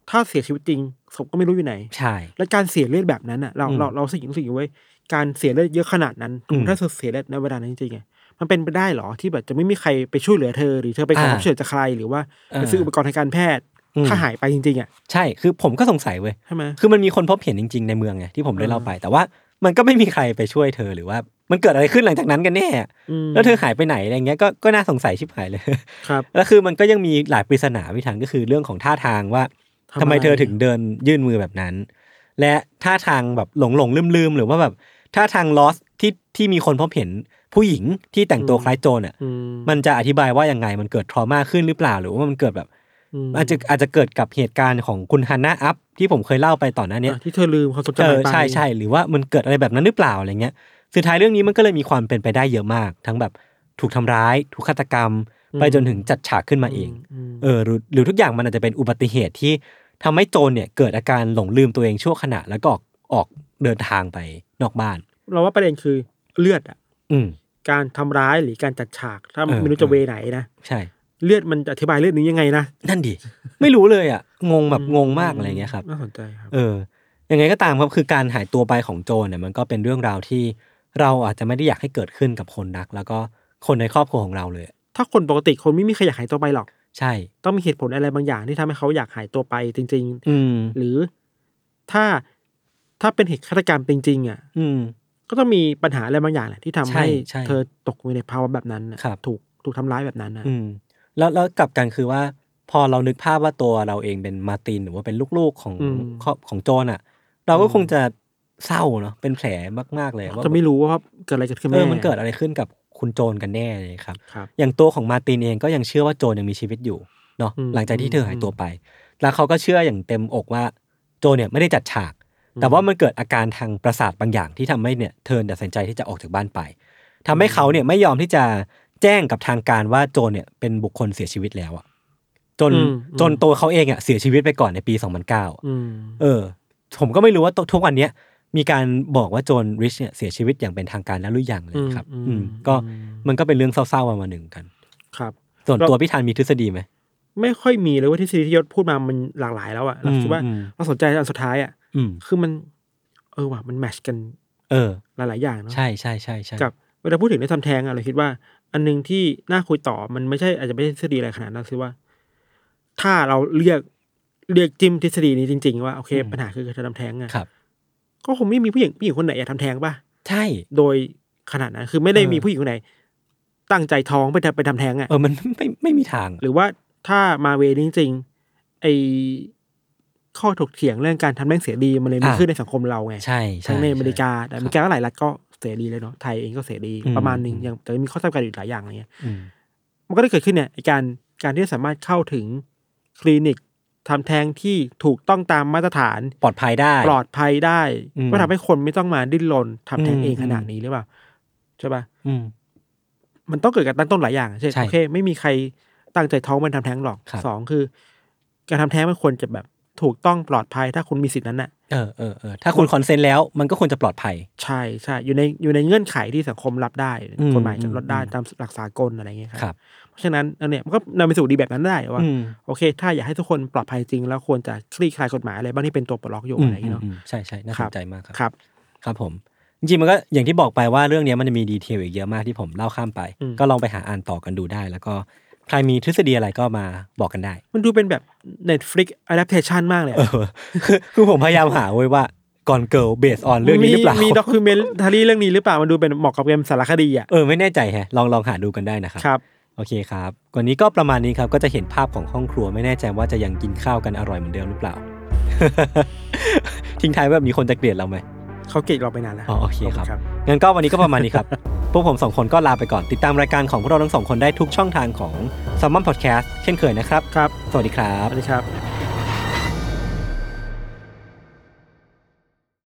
Speaker 2: ถ้าเสียชีวิตจริงศพก็ไม่รู้อยู่ไหน
Speaker 1: ใช่
Speaker 2: และการเสียเลือดแบบนั้นอ่ะเรา
Speaker 1: อืม
Speaker 2: เราเราสิ่งรู้สิ่งอยู่ไว้ยการเสียเลือดเยอะขนาดนั้น
Speaker 1: อืม
Speaker 2: ถ้าเสียเลือดในเวลานั้นจริงๆอะมันเป็นไปได้เหรอที่แบบจะไม่มีใครไปช่วยเหลือเธอ หรือเธอไปขอ
Speaker 1: อ่า
Speaker 2: ความช่วยเหลือจากใครหรือว่า
Speaker 1: เออ
Speaker 2: ไปซื้ออุปกรณ์ทางการแพทย์
Speaker 1: อืม
Speaker 2: ถ้าหายไปจริงๆอ่ะ
Speaker 1: ใช่คือผมก็สงสัยเว้ย
Speaker 2: ใช่ไหม
Speaker 1: คือมันมีคนพบเห็นจริง ๆ ในเมืองไงที่ผมได้เล่าไป แต่ว่ามันก็ไม่มีใครไปช่วยเธอหรือว่า มันเกิดอะไรขึ้นหลังจากนั้นกันแน่
Speaker 2: อืม
Speaker 1: แล้วเธอหายไปไหนอะไรเงี้ยก็ก็น่าสงสัยชิบหายเลย
Speaker 2: ครับ
Speaker 1: แล้วคือมันก็ยังมีหลายปริศนาพิถันก็คือเรื่องของท่าทางว่าทำไมเธอถึงเดินยื่นมือแบบนั้น และท่าทางแบบหลงหลงลืมลืมๆ หรือว่าแบบท่าทางลอสที่ที่มีคนพบเห็นผู้หญิงที่แต่งตัวคล้ายโจรอ่ะ
Speaker 2: อืม
Speaker 1: มันจะอธิบายว่ายังไงมันเกิดทรมาขึ้นหรือเปล่า หรือว่ามันเกิดแบบ
Speaker 2: ม
Speaker 1: อาจจะอาจจะเกิดกับเหตุการณ์ของคุณฮันนาอัพที่ผมเคยเล่าไปต่อนหน้าเนี้ย
Speaker 2: อ่ะที่เธอลืมความทรงจำ
Speaker 1: เออ
Speaker 2: ไป
Speaker 1: ใช่ใช่หรือว่ามันเกิดอะไรแบบนั้นหรือเปล่าอะไรเงี้ยสุดท้ายเรื่องนี้มันก็เลยมีความเป็นไปได้เยอะมาก ทั้งแบบถูกทำร้าย ถูกฆาตกรรม
Speaker 2: อืม
Speaker 1: ไปจนถึงจัดฉากขึ้นมาเอง
Speaker 2: อืม
Speaker 1: เออหรือหรือทุกอย่างมันอาจจะเป็นอุบัติเหตุที่ทำให้โจรเนี่ยเกิดอาการหลงลืมตัวเองชั่วขณะแล้วก็ออกออกเดินทางไปนอกบ้าน
Speaker 2: เราว่าประเด็นคือเลือดอ่ะ
Speaker 1: อืม
Speaker 2: การทำร้ายหรือการจัดฉากถ้า
Speaker 1: เออ
Speaker 2: ไม่รู้
Speaker 1: เอ
Speaker 2: จะ
Speaker 1: อ
Speaker 2: เวไหนนะ
Speaker 1: ใช่
Speaker 2: เลือดมันจะอธิบายเลือดนี้ยังไงนะ
Speaker 1: นั่นดิ ไม่รู้เลยอ่ะงงแบบงงมากอะไรเงี้ยครับ
Speaker 2: น่าสนใจครับ
Speaker 1: เออ ยังไงก็ตามครับ คือการหายตัวไปของโจรเนี่ยมันก็เป็นเรื่องราวที่เราอาจจะไม่ได้อยากให้เกิดขึ้นกับคนรัก แล้วก็คนในครอบครัวของเราเลยอะ
Speaker 2: ถ้าคนปกติคนไม่มีใครอยากหายตัวไปหรอก
Speaker 1: ใช่
Speaker 2: ต้องมีเหตุผลอะไรบางอย่างที่ทำให้เขาอยากหายตัวไปจริง
Speaker 1: อืม
Speaker 2: ๆ หรือถ้าถ้าเป็นเหตุฆาตกรรมจริงๆอ่ะ
Speaker 1: อืม
Speaker 2: ก็ต้องมีปัญหาอะไรบางอย่างแหละที่ทำให้
Speaker 1: ใช่ใช่
Speaker 2: เธอตกอยู่ในภาวะแบบนั้นน่ะ
Speaker 1: ครับ
Speaker 2: ถูกถูกทำร้ายแบบนั้นนะ
Speaker 1: อืม แล้วแล้วกลับกันคือว่า พอเรานึกภาพว่าตัวเราเองเป็นมาร์ตินหรือว่าเป็นลูกๆของครอบของโจนอ่ะ เราก็คงจะเศร้าเนาะเป็นแผลมากๆเลยว่า
Speaker 2: จะไม่รู้ว่าเกิดอะไรเกิดขึ้น
Speaker 1: เออ
Speaker 2: แ
Speaker 1: มันเกิดอะไรขึ้นกับคุณโจนกันแน่เลยครับ
Speaker 2: ครับ
Speaker 1: อย่างตัวของมาร์ตินเองก็ยังเชื่อว่าโจนยังมีชีวิตอยู่เนาะ
Speaker 2: อืม
Speaker 1: หลังจากที่เธอหาย
Speaker 2: อืม
Speaker 1: ตัวไป แล้วเขาก็เชื่ออย่างเต็มอกว่าโจนเนี่ยไม่ได้จัดฉาก แต่ว่ามันเกิดอาการทางประสาทบางอย่างที่ทำให้เนี่ยเธอตัดสินใจที่จะออกจากบ้านไปทำให้เขาเนี่ยไม่ยอมที่จะแจ้งกับทางการว่าโจนเนี่ยเป็นบุคคลเสียชีวิตแล้วอะจน
Speaker 2: อืมอืม
Speaker 1: จนตัวเขาเองอะเสียชีวิตไปก่อนในปี 2009
Speaker 2: อืม
Speaker 1: เออผมก็ไม่รู้ว่าทุกวันเนี้ยมีการบอกว่าโจนริชเนี่ยเสียชีวิตอย่างเป็นทางการแล้วหรือยังเลยครับ
Speaker 2: อืม
Speaker 1: อืม
Speaker 2: อืม
Speaker 1: ก็มันก็เป็นเรื่องเศร้าๆประมาณหนึ่งกัน
Speaker 2: ครับ
Speaker 1: ส่วน
Speaker 2: เรา
Speaker 1: ตัวพี่ธันมีทฤษฎีไหม
Speaker 2: ไม่ค่อยมีเลยว่าที่ซีรีส์ที่ยศพูดมามันหลากหลายแล้วอ่ะเราคิดว่า
Speaker 1: อืมอืม
Speaker 2: เราสนใจอันสุดท้ายอ่ะ
Speaker 1: อืม
Speaker 2: คือมัน เออว่ะมันแมทชกัน
Speaker 1: เออ
Speaker 2: หลายๆอย่างเนาะ
Speaker 1: ใช่ใช่ใช่ใช่
Speaker 2: กับเวลาพูดถึงเรื่องทำแท้งอะเราคิดว่า อันหนึงที่น่าคุยต่อมันไม่ใช่อาจจะไม่ใช่ทฤษฎีอะไรขนาดนั้นคือว่า ถ้าเราเลือกเลือกจิ้มทฤษฎีนี้จริง ๆ ว่าโอเค ปัญหาคือเธอทำแท้งอะ
Speaker 1: ครับ
Speaker 2: ก็คงไม่มีผู้หญิงผู้หญิงคนไหนอยากทำแท้งป่ะ
Speaker 1: ใช่
Speaker 2: โดยขนาดนั้นคือไม่ได้
Speaker 1: เออ
Speaker 2: มีผู้หญิงคนไหน ตั้งใจท้องไปทำไปทำแท้งอะ
Speaker 1: เออมันไม่ไม่ไม่มีทาง
Speaker 2: หรือว่าถ้ามาเวนี้จริงๆไอข้อถกเถียงเรื่องการทำแท้งเสรีมันเลยมี
Speaker 1: อ่า
Speaker 2: ขึ้นในสังคมเราไง
Speaker 1: ใช่
Speaker 2: ทั้
Speaker 1: ใช่
Speaker 2: งในอเมริ
Speaker 1: ใช่
Speaker 2: กาแต่อเมริกาก็หลายรัฐก็เสรีเลยเนาะไทยเองก็เสรี
Speaker 1: อืม
Speaker 2: ประมาณหนึ่ง
Speaker 1: อืม
Speaker 2: อย่างแต่มีข้อจำกัดอยู่หลายอย่างอะไรเงี้ย
Speaker 1: อืม
Speaker 2: มันก็ได้เกิดขึ้นเนี่ยไอ้การการที่สามารถเข้าถึง คลินิกทำแท้งที่ถูกต้องตามมาตรฐาน
Speaker 1: ปลอดภัยได้
Speaker 2: ปลอดภัยได้
Speaker 1: อืม
Speaker 2: ก็ทำให้คนไม่ต้องมาดิ้นรนทำแท้ง
Speaker 1: อืม
Speaker 2: เองขนาดนี้หรือเปล่าใช่ปะ
Speaker 1: อืม
Speaker 2: มันต้องเกิดการตั้งต้นหลายอย่างเช่น
Speaker 1: ใช่
Speaker 2: โอเค ไม่มีใครตั้งใจท้องมันทำแท้งหรอก
Speaker 1: ครับ
Speaker 2: สองคือ การทำแท้งมันควรจะแบบถูกต้องปลอดภัยถ้าคุณมีสิทธินั้นน่ะ
Speaker 1: เออเออเออถ้าคุณคอนเซนต์แล้วมันก็ควรจะปลอดภัย
Speaker 2: ใช่ใช่อยู่ในอยู่ในเงื่อนไขที่สังคมรับได้
Speaker 1: อืม
Speaker 2: กฎหมายจะลดได้
Speaker 1: อืม
Speaker 2: ตามหลักสากลอะไรเงี้ย
Speaker 1: ครับ
Speaker 2: เพราะฉะนั้นอันเนี่ยมันก็นำไปสู่ดีแบบนั้นได้ว่า
Speaker 1: อืม
Speaker 2: โอเค ถ้าอยากให้ทุกคนปลอดภัยจริง แล้วควรจะคลี่คลายกฎหมายอะไรบ้างที่เป็นตัวปลอกอยู่
Speaker 1: อืม
Speaker 2: อะไรเงี้ยเนาะ
Speaker 1: อืมใช่ใช่น่า
Speaker 2: ค
Speaker 1: ส
Speaker 2: รับ
Speaker 1: นใจมากครับ
Speaker 2: ครับ
Speaker 1: ครับผม จริงๆมันก็อย่างที่บอกไปว่าเรื่องเนี้ยมันจะมีดีเทลอีกเยอะมากที่ผมเล่าข้ามไป
Speaker 2: อืม
Speaker 1: ก็ลองไปหาอ่านต่อกันดูได้ แล้วก็ใครมีทฤษฎีอะไรก็มาบอกกันได้
Speaker 2: มันดูเป็นแบบ Netflix adaptation มากเลยอะ
Speaker 1: เออคือคือผมพยายามหาเว้ยว่าก่อนเกิลเบสออนเรื่องนี้หรือเปล่า
Speaker 2: มีด็อกิเมนทารีเรื่องนี้หรือเปล่ามันดูเป็นเหมาะกับเกมสารคดีอ่ะ
Speaker 1: เออไม่แน่ใจแฮะลองลองหาดูกันได้นะครับ
Speaker 2: ครับ
Speaker 1: โอเคครับ วันนี้ก็ประมาณนี้ครับ ก็จะเห็นภาพของห้องครัวไม่แน่ใจว่าจะยังกินข้าวกันอร่อยเหมือนเดิมหรือเปล่า ทิ้งท้ายแบบนี้คนจะเกลียดเราไหม
Speaker 2: เขาเกลียดเราไปนานแล้ว
Speaker 1: อ๋อโอเค
Speaker 2: ขณ
Speaker 1: ครับ งั้นก็วันนี้ก็ประมาณนี้ครับ พวกผมสองคนก็ลาไปก่อน ติดตามรายการของพวกเราทั้งสองคนได้ทุกช่องทางของ s ซ m มอนพอดแคสต์เช่นเคยนะครับ
Speaker 2: ครับ
Speaker 1: สวัสดีครั
Speaker 2: ส
Speaker 1: บ
Speaker 2: วัสดีครับ